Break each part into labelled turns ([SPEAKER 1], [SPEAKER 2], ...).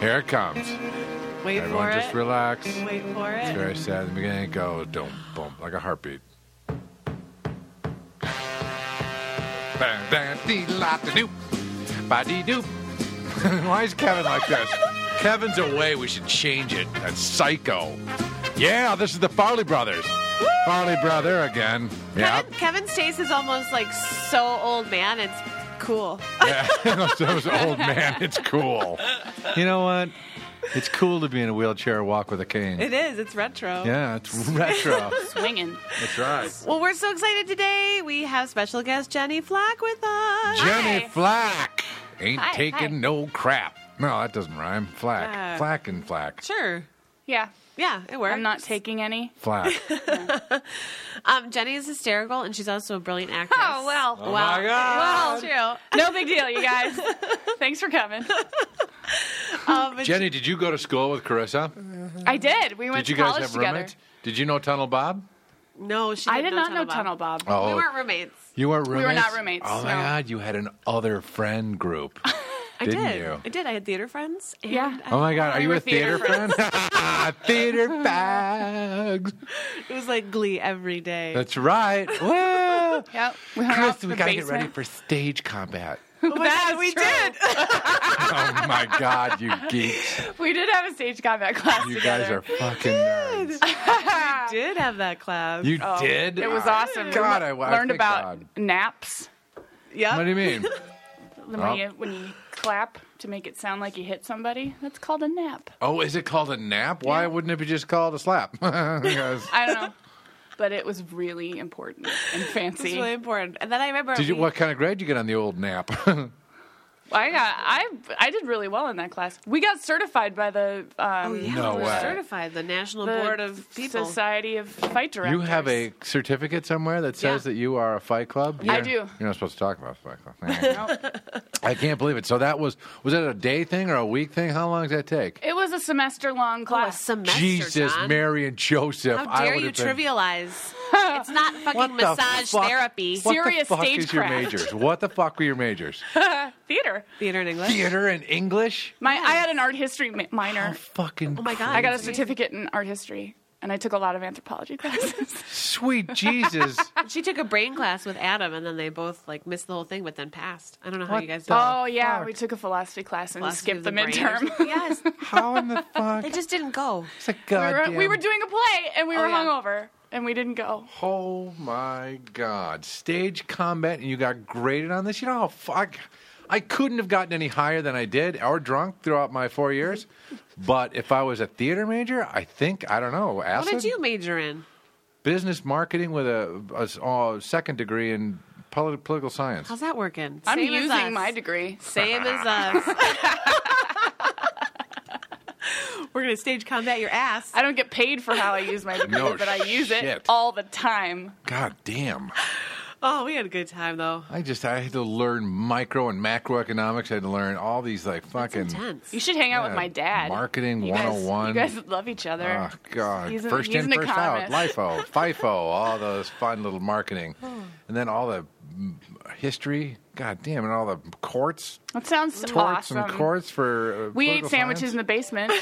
[SPEAKER 1] Here it comes.
[SPEAKER 2] Wait
[SPEAKER 1] Everyone
[SPEAKER 2] for
[SPEAKER 1] just
[SPEAKER 2] it.
[SPEAKER 1] relax.
[SPEAKER 2] Wait for
[SPEAKER 1] It's
[SPEAKER 2] it.
[SPEAKER 1] very sad in the beginning. It goes boom, boom, like a heartbeat. Bang, bang, dee, la, da, doo. Ba, dee, doo. Why is Kevin like this? Kevin's away. We should change it. That's psycho. Yeah, this is the Farley Brothers. Farley Brother again. Yep.
[SPEAKER 2] Kevin, Kevin Stace is almost like so old man. It's cool.
[SPEAKER 1] Yeah, so it was old man. It's cool. You know what? It's cool to be in a wheelchair or walk with a cane.
[SPEAKER 2] It is. It's retro.
[SPEAKER 1] yeah, it's retro.
[SPEAKER 3] Swinging.
[SPEAKER 1] That's right.
[SPEAKER 2] Well, we're so excited today. We have special guest Jenny Flack with us.
[SPEAKER 1] Jenny
[SPEAKER 3] Hi.
[SPEAKER 1] Flack ain't
[SPEAKER 3] Hi,
[SPEAKER 1] taking
[SPEAKER 3] hi. Uh.
[SPEAKER 1] no crap. No, that doesn't rhyme. Flack,
[SPEAKER 2] Yeah.
[SPEAKER 1] flack, and flack,
[SPEAKER 2] Sure.
[SPEAKER 3] Yeah.
[SPEAKER 2] Yeah, it works.
[SPEAKER 3] I'm not taking any.
[SPEAKER 1] flack.
[SPEAKER 2] Um, Jenny is hysterical, and she's also a brilliant actress.
[SPEAKER 3] Oh, well.
[SPEAKER 2] Wow.
[SPEAKER 3] Oh,
[SPEAKER 1] my God.
[SPEAKER 2] Well, true.
[SPEAKER 3] No big deal, you guys. Thanks for coming.
[SPEAKER 2] Um, but
[SPEAKER 1] Jenny, did you go to school with Carissa?
[SPEAKER 3] I did. We went
[SPEAKER 1] Did you
[SPEAKER 3] to
[SPEAKER 1] guys
[SPEAKER 3] college
[SPEAKER 1] have
[SPEAKER 3] together.
[SPEAKER 1] roommates? Did you know Tunnel Bob?
[SPEAKER 2] no, she.
[SPEAKER 3] I did not know
[SPEAKER 2] Tunnel Bob.
[SPEAKER 3] Tunnel
[SPEAKER 1] Oh,
[SPEAKER 3] Bob.
[SPEAKER 2] We weren't roommates.
[SPEAKER 1] you weren't roommates.
[SPEAKER 3] were not roommates,
[SPEAKER 1] Oh my
[SPEAKER 3] no.
[SPEAKER 1] God, you had an other friend group,
[SPEAKER 2] I
[SPEAKER 1] didn't
[SPEAKER 2] did.
[SPEAKER 1] you?
[SPEAKER 2] I did. I had theater friends. And
[SPEAKER 3] Yeah.
[SPEAKER 2] I-
[SPEAKER 1] Oh my God, are
[SPEAKER 3] We
[SPEAKER 1] you
[SPEAKER 3] were
[SPEAKER 1] a theater,
[SPEAKER 3] theater
[SPEAKER 1] friend? Ah, theater fags.
[SPEAKER 2] it was like Glee every day.
[SPEAKER 1] That's right. Well,
[SPEAKER 3] Yep. We hung out
[SPEAKER 1] Chris,
[SPEAKER 3] in
[SPEAKER 1] we
[SPEAKER 3] the
[SPEAKER 1] gotta get
[SPEAKER 3] basement.
[SPEAKER 1] ready for stage combat.
[SPEAKER 2] Oh my God, we did.
[SPEAKER 1] oh my God, you geeks!
[SPEAKER 3] We did have a stage combat class
[SPEAKER 1] You
[SPEAKER 3] together.
[SPEAKER 1] guys are fucking nerds.
[SPEAKER 2] we did have that class.
[SPEAKER 1] You
[SPEAKER 3] Oh,
[SPEAKER 1] did?
[SPEAKER 3] It was awesome.
[SPEAKER 1] God,
[SPEAKER 3] we
[SPEAKER 1] I, I
[SPEAKER 3] learned
[SPEAKER 1] thank
[SPEAKER 3] about
[SPEAKER 1] God.
[SPEAKER 3] naps.
[SPEAKER 2] Yep.
[SPEAKER 1] What do you mean?
[SPEAKER 3] When,
[SPEAKER 1] Oh.
[SPEAKER 3] you, when you clap to make it sound like you hit somebody, that's called a nap.
[SPEAKER 1] Oh, is it called a nap? Why wouldn't it be just called a slap? 'Cause-
[SPEAKER 3] I don't know. but it was really important and
[SPEAKER 2] It was
[SPEAKER 3] fancy.
[SPEAKER 2] really important. And then I remember.
[SPEAKER 1] did you?
[SPEAKER 2] we-
[SPEAKER 1] What kind of grade did you get on the old nap?
[SPEAKER 3] I got I I did really well in that class. We got certified by the um,
[SPEAKER 2] Oh, yeah,
[SPEAKER 1] No
[SPEAKER 2] we were
[SPEAKER 1] way.
[SPEAKER 2] certified. The National
[SPEAKER 3] the
[SPEAKER 2] Board of People.
[SPEAKER 3] Society of Fight Directors.
[SPEAKER 1] you have a certificate somewhere that says
[SPEAKER 2] Yeah.
[SPEAKER 1] that you are a Fight Club.
[SPEAKER 3] I
[SPEAKER 1] You're-
[SPEAKER 3] do.
[SPEAKER 1] You're not supposed to talk about Fight Club.
[SPEAKER 3] Nope.
[SPEAKER 1] I can't believe it. So that was was that a day thing or a week thing? How long does that take?
[SPEAKER 3] It was a semester long
[SPEAKER 2] Oh, a
[SPEAKER 3] class.
[SPEAKER 2] semester,
[SPEAKER 1] Jesus,
[SPEAKER 2] John.
[SPEAKER 1] Mary and Joseph.
[SPEAKER 2] How
[SPEAKER 1] I
[SPEAKER 2] dare
[SPEAKER 1] would
[SPEAKER 2] you
[SPEAKER 1] have been-
[SPEAKER 2] trivialize? it's not
[SPEAKER 1] What
[SPEAKER 2] fucking
[SPEAKER 1] the
[SPEAKER 2] massage
[SPEAKER 1] fuck?
[SPEAKER 2] therapy.
[SPEAKER 1] What
[SPEAKER 3] Serious
[SPEAKER 1] the fuck is your
[SPEAKER 3] stagecraft.
[SPEAKER 1] majors? What the fuck were your majors?
[SPEAKER 3] Theater.
[SPEAKER 2] Theater and English.
[SPEAKER 1] Theater and English?
[SPEAKER 3] My I had an art history mi- minor.
[SPEAKER 1] Oh, fucking
[SPEAKER 2] Oh my God.
[SPEAKER 3] I got a
[SPEAKER 2] crazy.
[SPEAKER 3] certificate in art history, and I took a lot of anthropology classes.
[SPEAKER 1] sweet Jesus.
[SPEAKER 2] She took a brain class with Adam, and then they both like missed the whole thing, but then passed. I don't know how
[SPEAKER 1] What
[SPEAKER 2] you guys
[SPEAKER 1] the
[SPEAKER 2] did. it.
[SPEAKER 3] oh yeah,
[SPEAKER 1] fuck.
[SPEAKER 3] we took a philosophy class and
[SPEAKER 2] Philosophy
[SPEAKER 3] skipped
[SPEAKER 2] of
[SPEAKER 3] the,
[SPEAKER 2] brain or
[SPEAKER 3] midterm.
[SPEAKER 2] something. yes,
[SPEAKER 1] How in the fuck?
[SPEAKER 2] they just didn't go.
[SPEAKER 1] It's a
[SPEAKER 3] we, were,
[SPEAKER 1] goddamn.
[SPEAKER 3] we were doing a play, and we
[SPEAKER 2] Oh,
[SPEAKER 3] were
[SPEAKER 2] yeah.
[SPEAKER 3] hungover, and we didn't go.
[SPEAKER 1] Oh my God! Stage combat, and you got graded on this. You know how fuck. I couldn't have gotten any higher than I did, or drunk throughout my four years. But if I was a theater major, I think I don't know.
[SPEAKER 2] What
[SPEAKER 1] Acid?
[SPEAKER 2] did you major in?
[SPEAKER 1] Business marketing with a, a s- uh, second degree in poli- political science.
[SPEAKER 2] How's that working?
[SPEAKER 3] I'm
[SPEAKER 2] Same as us.
[SPEAKER 3] using my degree.
[SPEAKER 2] Same as us. We're gonna stage combat your ass.
[SPEAKER 3] I don't get paid for how I use my degree,
[SPEAKER 1] No
[SPEAKER 3] but I use
[SPEAKER 1] shit.
[SPEAKER 3] it all the time.
[SPEAKER 1] God damn!
[SPEAKER 2] Oh, we had a good time though.
[SPEAKER 1] I just I had to learn micro and macroeconomics. I had to learn all these like fucking uh,
[SPEAKER 2] Intense.
[SPEAKER 3] You should hang out with my dad.
[SPEAKER 1] marketing
[SPEAKER 3] You guys-
[SPEAKER 1] 101.
[SPEAKER 3] You guys love each other.
[SPEAKER 1] Oh God!
[SPEAKER 3] He's an-
[SPEAKER 1] first
[SPEAKER 3] he's
[SPEAKER 1] in,
[SPEAKER 3] an
[SPEAKER 1] first out.
[SPEAKER 3] economist. Oh.
[SPEAKER 1] LIFO, FIFO, all those fun little marketing, and then all the mm, history. God damn, and all the courts,
[SPEAKER 3] That sounds
[SPEAKER 1] torts,
[SPEAKER 3] awesome.
[SPEAKER 1] and courts for. Uh,
[SPEAKER 3] we ate
[SPEAKER 1] political
[SPEAKER 3] sandwiches
[SPEAKER 1] science.
[SPEAKER 3] in the basement,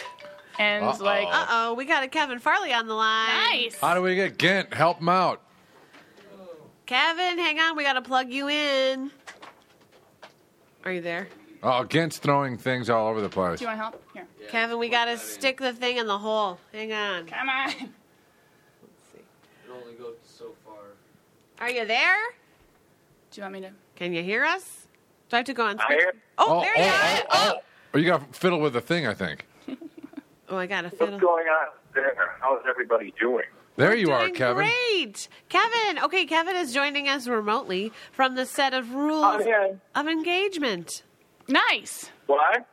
[SPEAKER 3] and
[SPEAKER 1] Uh-oh.
[SPEAKER 3] like, "Oh,
[SPEAKER 2] Uh oh, we got a Kevin Farley on the line.
[SPEAKER 3] nice.
[SPEAKER 1] How do we get Gint? Help him out.
[SPEAKER 2] Kevin, hang on, we gotta plug you in. Are you there?
[SPEAKER 1] Oh, Gint's throwing things all over the place.
[SPEAKER 3] Do you want help? Here,
[SPEAKER 2] Kevin, we gotta stick the thing in the hole. Hang on.
[SPEAKER 3] come on.
[SPEAKER 4] It only goes so far.
[SPEAKER 2] Are you there?
[SPEAKER 3] Do you want me to?
[SPEAKER 2] Can you hear us? Do I have to go on
[SPEAKER 4] I
[SPEAKER 2] speaker?
[SPEAKER 4] hear.
[SPEAKER 2] Oh,
[SPEAKER 1] Oh,
[SPEAKER 2] there
[SPEAKER 1] oh,
[SPEAKER 2] you are.
[SPEAKER 1] oh, oh. Oh, you got to fiddle with the thing, I think.
[SPEAKER 2] Oh, I got a fiddle.
[SPEAKER 4] What's going on there? How's everybody doing?
[SPEAKER 1] There you are,
[SPEAKER 2] Doing
[SPEAKER 1] Kevin.
[SPEAKER 2] Great. Kevin. Okay, Kevin is joining us remotely from the set of rules
[SPEAKER 4] I'm in.
[SPEAKER 2] of engagement.
[SPEAKER 3] Nice.
[SPEAKER 4] What?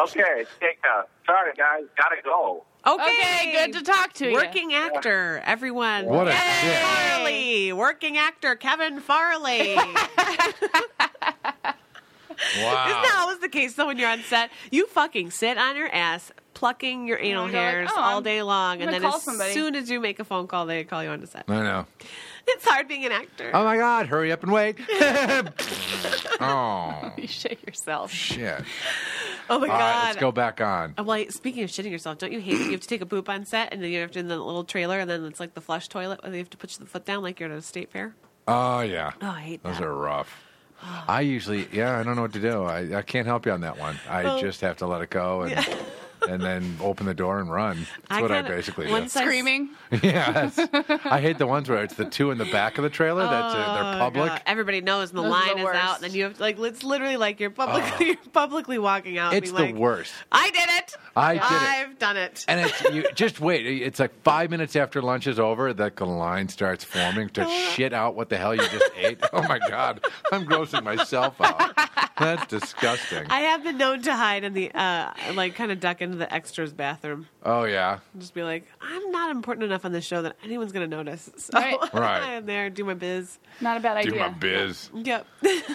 [SPEAKER 4] Okay, take that. Sorry, guys. Gotta go.
[SPEAKER 2] Okay.
[SPEAKER 3] Okay, good to talk to you.
[SPEAKER 2] Working actor, everyone.
[SPEAKER 1] What a
[SPEAKER 2] Kevin
[SPEAKER 1] dick.
[SPEAKER 2] Farley, working actor Kevin Farley.
[SPEAKER 1] Wow.
[SPEAKER 2] Isn't that always the case though when you're on set? You fucking sit on your ass plucking your anal
[SPEAKER 3] you're like,
[SPEAKER 2] hairs
[SPEAKER 3] "Oh,
[SPEAKER 2] all
[SPEAKER 3] I'm-
[SPEAKER 2] day long,
[SPEAKER 3] I'm
[SPEAKER 2] and
[SPEAKER 3] gonna
[SPEAKER 2] then
[SPEAKER 3] call
[SPEAKER 2] as
[SPEAKER 3] somebody."
[SPEAKER 2] soon as you make a phone call, they call you onto set.
[SPEAKER 1] I know.
[SPEAKER 2] It's hard being an actor.
[SPEAKER 1] Oh my God! Hurry up and wait. oh
[SPEAKER 3] You shake yourself.
[SPEAKER 1] shit!
[SPEAKER 2] Oh my
[SPEAKER 1] All
[SPEAKER 2] god.
[SPEAKER 1] right, let's go back on.
[SPEAKER 2] Uh, Well, speaking of shitting yourself, don't you hate that you have to take a poop on set and then you have to in the little trailer and then it's like the flush toilet where you have to put the foot down like you're at a state fair?
[SPEAKER 1] Oh yeah.
[SPEAKER 2] Oh, I hate
[SPEAKER 1] Those
[SPEAKER 2] that.
[SPEAKER 1] are rough. I usually, yeah, I don't know what to do. I, I can't help you on that one. I
[SPEAKER 2] Oh.
[SPEAKER 1] just have to let it go and and then open the door and run. That's
[SPEAKER 2] I
[SPEAKER 1] what I
[SPEAKER 2] kinda-
[SPEAKER 1] basically do.
[SPEAKER 2] once I-
[SPEAKER 3] Screaming.
[SPEAKER 1] yeah, that's- I hate the ones where it's the two in the back of the trailer. That's uh,
[SPEAKER 2] Oh,
[SPEAKER 1] they're public.
[SPEAKER 2] God. Everybody knows and the
[SPEAKER 3] Those are
[SPEAKER 2] line
[SPEAKER 3] the
[SPEAKER 2] is out,
[SPEAKER 3] worst.
[SPEAKER 2] and then you have to, like it's literally like you're publicly you're publicly walking out. and
[SPEAKER 1] Oh. It's the
[SPEAKER 2] being like,
[SPEAKER 1] worst.
[SPEAKER 2] I did it.
[SPEAKER 1] I did it.
[SPEAKER 2] I've done it.
[SPEAKER 1] And it's you just wait. It's like five minutes after lunch is over, that the line starts forming to shit out what the hell you just ate. Oh my god, I'm grossing myself out. That's disgusting.
[SPEAKER 2] I have been known to hide in the uh like kind of duck into the extras bathroom
[SPEAKER 1] Oh yeah,
[SPEAKER 2] and just be like, I'm not important enough on this show that anyone's gonna notice. So
[SPEAKER 3] Right.
[SPEAKER 1] Right.
[SPEAKER 2] I am there, do my biz.
[SPEAKER 3] Not a bad
[SPEAKER 1] do my
[SPEAKER 3] idea.
[SPEAKER 1] biz.
[SPEAKER 2] Yep.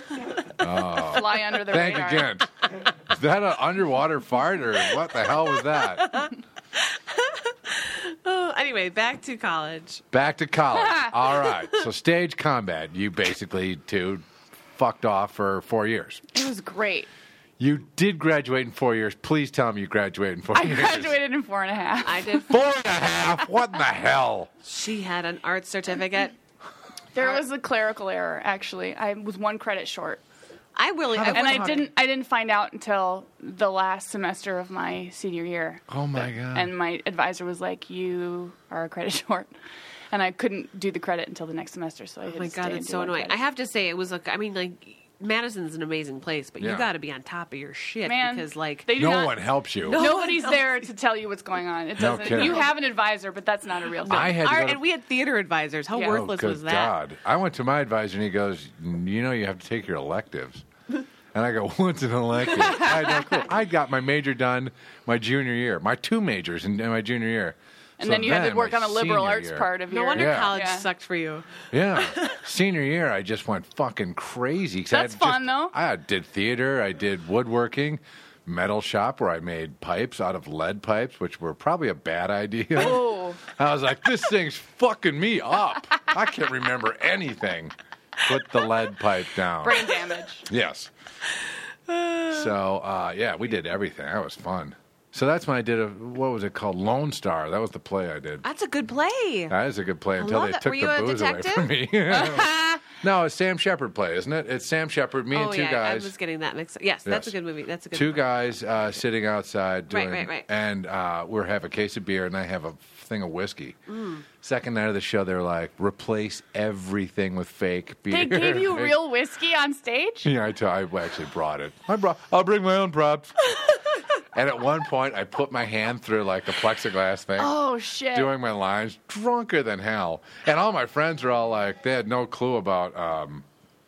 [SPEAKER 3] Fly under the
[SPEAKER 1] Thank you
[SPEAKER 3] radar.
[SPEAKER 1] again. Is that an underwater fart or what the hell was that?
[SPEAKER 2] oh, anyway, back to college.
[SPEAKER 1] Back to college. All right. So stage combat. You basically two fucked off for four years.
[SPEAKER 3] It was great.
[SPEAKER 1] You did graduate in four years. Please tell me you graduated in four
[SPEAKER 3] I
[SPEAKER 1] years.
[SPEAKER 3] graduated in four and a half.
[SPEAKER 2] I did.
[SPEAKER 1] Four and a half. What in the hell?
[SPEAKER 2] She had an art certificate.
[SPEAKER 3] There was a clerical error, actually. I was one credit short,
[SPEAKER 2] I really. I
[SPEAKER 3] and
[SPEAKER 2] would-
[SPEAKER 3] I didn't. I didn't find out until the last semester of my senior year.
[SPEAKER 1] Oh my god.
[SPEAKER 3] And my advisor was like, "You are a credit short," and I couldn't do the credit until the next semester. So I had
[SPEAKER 2] Oh my
[SPEAKER 3] to stay
[SPEAKER 2] god,
[SPEAKER 3] and
[SPEAKER 2] it's
[SPEAKER 3] do
[SPEAKER 2] so
[SPEAKER 3] one
[SPEAKER 2] annoying.
[SPEAKER 3] credit.
[SPEAKER 2] I have to say, it was. A, I mean, like Madison's an amazing place, but
[SPEAKER 1] Yeah.
[SPEAKER 2] you got to be on top of your shit
[SPEAKER 3] Man,
[SPEAKER 2] because, like,
[SPEAKER 3] they do
[SPEAKER 1] no
[SPEAKER 3] not-
[SPEAKER 1] one helps you.
[SPEAKER 2] No.
[SPEAKER 3] Nobody's there to tell you what's going on. It
[SPEAKER 1] No
[SPEAKER 3] doesn't.
[SPEAKER 1] kidding.
[SPEAKER 3] you have an advisor, but that's not a real thing.
[SPEAKER 1] I had to
[SPEAKER 2] our,
[SPEAKER 1] go to-
[SPEAKER 2] and we had theater advisors. How
[SPEAKER 3] Yeah. Oh,
[SPEAKER 1] Oh,
[SPEAKER 2] worthless
[SPEAKER 1] good
[SPEAKER 2] was that?
[SPEAKER 1] God. I went to my advisor and he goes, You know, you have to take your electives. And I go, What's an elective? I, had no clue. I got my major done my junior year, my two majors in, in my junior year.
[SPEAKER 3] and
[SPEAKER 1] So
[SPEAKER 3] then you had to work
[SPEAKER 1] my
[SPEAKER 3] on the liberal
[SPEAKER 1] senior
[SPEAKER 3] arts
[SPEAKER 1] year-
[SPEAKER 3] part of
[SPEAKER 2] No
[SPEAKER 3] your.
[SPEAKER 2] wonder
[SPEAKER 1] Yeah.
[SPEAKER 2] college
[SPEAKER 3] Yeah.
[SPEAKER 2] sucked for you.
[SPEAKER 1] Yeah, senior year, I just went fucking crazy. 'cause I
[SPEAKER 3] That's
[SPEAKER 1] had just-
[SPEAKER 3] fun, though.
[SPEAKER 1] I did theater, I did woodworking, metal shop where I made pipes out of lead pipes, which were probably a bad idea.
[SPEAKER 3] Oh,
[SPEAKER 1] I was like, this thing's fucking me up. I can't remember anything. Put the lead pipe down.
[SPEAKER 3] brain damage.
[SPEAKER 1] Yes. So uh, yeah, we did everything. That was fun. So that's when I did a what was it called Lone Star. That was the play I did.
[SPEAKER 2] That's a good play.
[SPEAKER 1] That is a good play until
[SPEAKER 2] love
[SPEAKER 1] they
[SPEAKER 2] that.
[SPEAKER 1] took
[SPEAKER 2] Were
[SPEAKER 1] the
[SPEAKER 2] you a
[SPEAKER 1] booze away
[SPEAKER 2] detective?
[SPEAKER 1] from me. no, it's Sam Shepard play, isn't it? It's Sam Shepard, me and
[SPEAKER 2] oh
[SPEAKER 1] two
[SPEAKER 2] yeah,
[SPEAKER 1] guys
[SPEAKER 2] I was getting that mixed up. Yes,
[SPEAKER 1] Yes.
[SPEAKER 2] that's a good movie. That's a good.
[SPEAKER 1] two
[SPEAKER 2] play.
[SPEAKER 1] guys uh, sitting outside
[SPEAKER 2] Right,
[SPEAKER 1] doing,
[SPEAKER 2] right, right.
[SPEAKER 1] and uh, we have a case of beer, and I have a thing of whiskey.
[SPEAKER 3] Mm.
[SPEAKER 1] Second night of the show, they're like, replace everything with fake beer.
[SPEAKER 3] They gave you real whiskey on stage.
[SPEAKER 1] Yeah, I, t- I actually brought it. I brought. I'll bring my own props. and at one point, I put my hand through like a plexiglass thing.
[SPEAKER 3] Oh shit!
[SPEAKER 1] Doing my lines, drunker than hell, and all my friends are all like, they had no clue about um,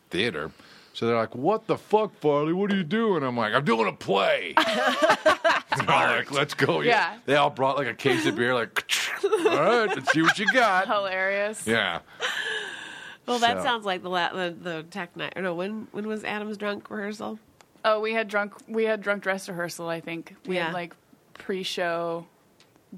[SPEAKER 1] theater, so they're like, "What the fuck, Farley? What are you doing?" I'm like, "I'm doing a play." They're all like, "Let's go!"
[SPEAKER 3] Yeah.
[SPEAKER 1] They all brought like a case of beer, like, "All right, let's see what you got."
[SPEAKER 3] Oh. Hilarious.
[SPEAKER 1] Yeah.
[SPEAKER 2] Well, that
[SPEAKER 1] So-
[SPEAKER 2] sounds like the, la- the the tech night. Or no, when when was Adam's drunk rehearsal?
[SPEAKER 3] Oh, we had drunk we had drunk dress rehearsal. I think we
[SPEAKER 2] Yeah.
[SPEAKER 3] had like pre-show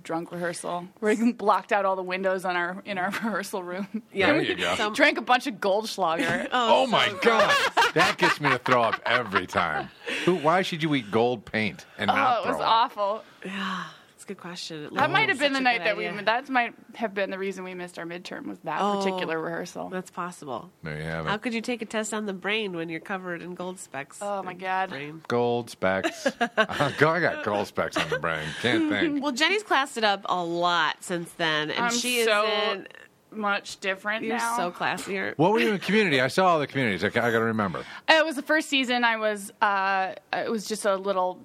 [SPEAKER 3] drunk rehearsal. We blocked out all the windows on our in our rehearsal room.
[SPEAKER 2] Yeah,
[SPEAKER 1] There you go.
[SPEAKER 2] Some-
[SPEAKER 3] Drank a bunch of Goldschlager.
[SPEAKER 1] Oh my god, that gets me to throw up every time. Who, why should you eat gold paint and not
[SPEAKER 3] Oh, it
[SPEAKER 1] throw
[SPEAKER 3] was
[SPEAKER 1] up?
[SPEAKER 3] awful.
[SPEAKER 2] That's a good question.
[SPEAKER 3] That might have been the
[SPEAKER 2] Such a
[SPEAKER 3] night
[SPEAKER 2] good
[SPEAKER 3] that we
[SPEAKER 2] idea.
[SPEAKER 3] that might have been the reason we missed our midterm was that
[SPEAKER 2] Oh.
[SPEAKER 3] particular rehearsal.
[SPEAKER 2] That's possible.
[SPEAKER 1] There you have it.
[SPEAKER 2] How could you take a test on the brain when you're covered in gold specks?
[SPEAKER 3] Oh my god.
[SPEAKER 2] Brain.
[SPEAKER 1] Gold specs. I got gold specs on the brain. Can't think.
[SPEAKER 2] Well, Jenny's classed it up a lot since then, and
[SPEAKER 3] I'm
[SPEAKER 2] she
[SPEAKER 3] so
[SPEAKER 2] is in.
[SPEAKER 3] much different
[SPEAKER 2] You're
[SPEAKER 3] now.
[SPEAKER 2] so classier.
[SPEAKER 1] What were you in community? I saw all the communities. I, ca- I got to remember.
[SPEAKER 3] Uh, It was the first season. I was. Uh, it was just a little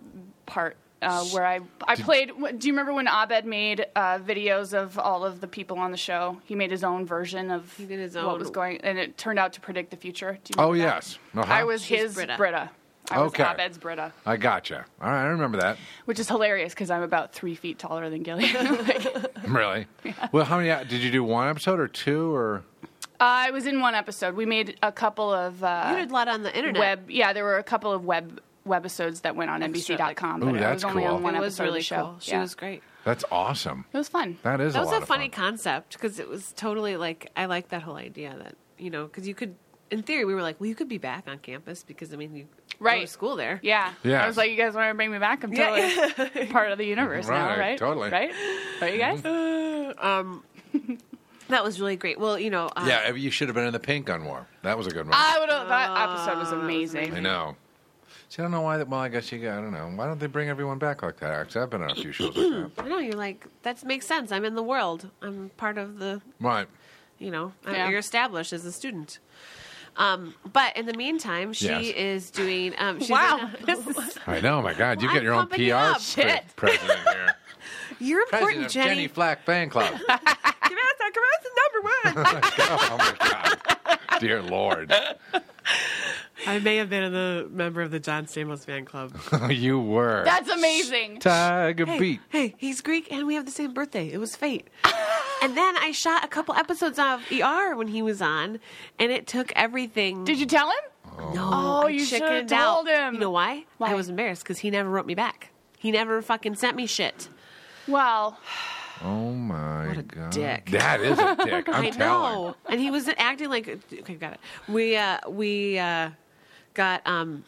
[SPEAKER 3] part uh, where I I played. Do you remember when Abed made uh, videos of all of the people on the show? He made his own version of he
[SPEAKER 2] did his
[SPEAKER 3] what
[SPEAKER 2] own-
[SPEAKER 3] was going, and it turned out to predict the future. Do you
[SPEAKER 1] Oh,
[SPEAKER 3] remember that?
[SPEAKER 1] yes. Uh-huh.
[SPEAKER 3] I was
[SPEAKER 2] She's
[SPEAKER 3] his
[SPEAKER 2] Britta.
[SPEAKER 3] Britta. I was
[SPEAKER 1] Okay.
[SPEAKER 3] Abed's Britta,
[SPEAKER 1] I gotcha. All right, I remember that.
[SPEAKER 3] which is hilarious because I'm about three feet taller than Gillian. uh,
[SPEAKER 1] Really? Well, how many uh, did you do? One episode or two or?
[SPEAKER 3] I was in one episode. We made a couple of uh,
[SPEAKER 2] You did a lot on the internet.
[SPEAKER 3] web. Yeah, there were a couple of web webisodes that went on
[SPEAKER 2] Extra,
[SPEAKER 3] NBC.com,
[SPEAKER 1] like-
[SPEAKER 3] but
[SPEAKER 1] Ooh,
[SPEAKER 3] I was
[SPEAKER 1] that's
[SPEAKER 3] only
[SPEAKER 1] cool.
[SPEAKER 3] on one
[SPEAKER 2] it
[SPEAKER 3] episode
[SPEAKER 2] was
[SPEAKER 3] of
[SPEAKER 2] really
[SPEAKER 3] the show.
[SPEAKER 2] cool. She
[SPEAKER 3] Yeah.
[SPEAKER 2] was great.
[SPEAKER 1] That's awesome.
[SPEAKER 3] It was fun.
[SPEAKER 1] That is.
[SPEAKER 2] That
[SPEAKER 1] a
[SPEAKER 2] was
[SPEAKER 1] lot
[SPEAKER 2] a
[SPEAKER 1] of
[SPEAKER 2] funny
[SPEAKER 1] Fun.
[SPEAKER 2] concept because it was totally like I like that whole idea that you know because you could in theory we were like well you could be back on campus because I mean you go
[SPEAKER 3] right.
[SPEAKER 2] to school there.
[SPEAKER 3] Yeah.
[SPEAKER 1] Yes.
[SPEAKER 3] I was like, you guys want to bring me back? I'm totally
[SPEAKER 2] Yeah.
[SPEAKER 3] part of the universe
[SPEAKER 1] Right,
[SPEAKER 3] now, right?
[SPEAKER 1] totally. Mm-hmm.
[SPEAKER 3] Right? Right, you guys?
[SPEAKER 2] That was really great. Well, you know, uh,
[SPEAKER 1] Yeah, you should have been in the pink gun war. That was a good one.
[SPEAKER 3] I would have. That episode was amazing.
[SPEAKER 1] I know. See, I don't know why. Well, I guess you. I don't know. Why don't they bring everyone back like that? Because I've been on a few shows like that.
[SPEAKER 2] I know you're like that makes sense. I'm in the world. I'm part of the
[SPEAKER 1] Right.
[SPEAKER 2] you know,
[SPEAKER 3] Yeah.
[SPEAKER 2] you're established as a student. Um, but in the meantime, she
[SPEAKER 1] Yes.
[SPEAKER 2] is doing. Um, she's
[SPEAKER 3] Wow.
[SPEAKER 2] in-
[SPEAKER 3] This is-
[SPEAKER 1] I know. My God, you
[SPEAKER 2] Well,
[SPEAKER 1] get your
[SPEAKER 2] I'm
[SPEAKER 1] own
[SPEAKER 2] pumping you up.
[SPEAKER 1] PR
[SPEAKER 2] Shit.
[SPEAKER 1] president here.
[SPEAKER 2] you're
[SPEAKER 1] President
[SPEAKER 2] important,
[SPEAKER 1] of
[SPEAKER 2] Jenny.
[SPEAKER 1] Jenny Flack Fan Club.
[SPEAKER 2] Kamasa, Kamasa's number one.
[SPEAKER 1] oh my God, dear Lord,
[SPEAKER 2] I may have been a member of the John Stamos fan club.
[SPEAKER 1] Oh, you were
[SPEAKER 3] That's amazing.
[SPEAKER 1] Tiger
[SPEAKER 2] Hey,
[SPEAKER 1] Beat.
[SPEAKER 2] hey, he's Greek, and we have the same birthday. It was fate. and then I shot a couple episodes of ER when he was on, and it took everything.
[SPEAKER 3] Did you tell him?
[SPEAKER 2] No,
[SPEAKER 3] Oh,
[SPEAKER 2] I
[SPEAKER 3] you should have
[SPEAKER 2] chickened
[SPEAKER 3] told
[SPEAKER 2] out.
[SPEAKER 3] him.
[SPEAKER 2] You know why?
[SPEAKER 3] Why?
[SPEAKER 2] I was embarrassed because he never wrote me back. He never fucking sent me shit.
[SPEAKER 3] Well,
[SPEAKER 1] Oh my
[SPEAKER 2] What a
[SPEAKER 1] God,
[SPEAKER 2] dick.
[SPEAKER 1] that is a dick. I'm
[SPEAKER 2] I
[SPEAKER 1] telling.
[SPEAKER 2] know. And he was acting like okay, got it. We uh we uh got um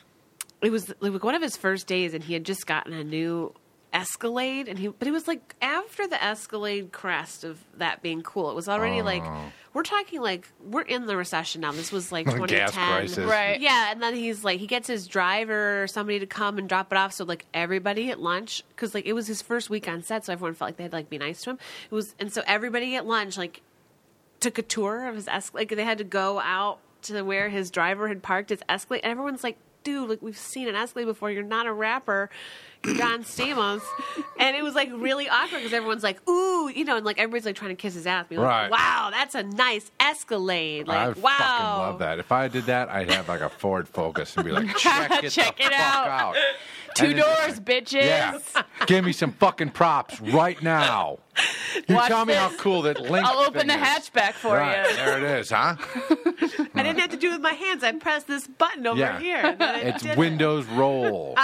[SPEAKER 2] it was like one of his first days and he had just gotten a new Escalade and he but it was like after the Escalade crest of that being cool. It was already like
[SPEAKER 1] Oh.
[SPEAKER 2] we're talking like we're in the recession now. This was like
[SPEAKER 1] Gas
[SPEAKER 2] 2010.
[SPEAKER 1] crisis.
[SPEAKER 3] right.
[SPEAKER 2] Yeah, and then he's like, he gets his driver or somebody to come and drop it off. So like everybody at lunch, because like it was his first week on set, so everyone felt like they had to like be nice to him. It was, and so everybody at lunch like took a tour of his Escalade. Like they had to go out to where his driver had parked his Escalade, and everyone's like, "Dude, like we've seen an Escalade before. You're not a rapper." You're John Stamos, and it was like really awkward because everyone's like, "Ooh," you know, and like everybody's like trying to kiss his ass, being
[SPEAKER 1] Right.
[SPEAKER 2] like, "Wow, that's a nice Escalade!" Like,
[SPEAKER 1] I
[SPEAKER 2] wow,
[SPEAKER 1] fucking love that. If I did that, I'd have like a Ford Focus and be like, check it,
[SPEAKER 3] Check
[SPEAKER 1] the
[SPEAKER 3] it
[SPEAKER 1] fuck
[SPEAKER 3] out.
[SPEAKER 1] out.
[SPEAKER 3] two
[SPEAKER 1] And it's just
[SPEAKER 3] doors, bitches.
[SPEAKER 1] Yeah. Give me some fucking props right now. You
[SPEAKER 3] Watch
[SPEAKER 1] tell me how
[SPEAKER 3] this.
[SPEAKER 1] cool that link.
[SPEAKER 3] I'll open the
[SPEAKER 1] thing is.
[SPEAKER 3] hatchback for
[SPEAKER 1] Right,
[SPEAKER 3] you.
[SPEAKER 1] there it is, huh?
[SPEAKER 2] I didn't have to do it with my hands. I pressed this button over
[SPEAKER 1] Yeah.
[SPEAKER 2] here. And then I
[SPEAKER 1] It's
[SPEAKER 2] did it.
[SPEAKER 1] Windows roll.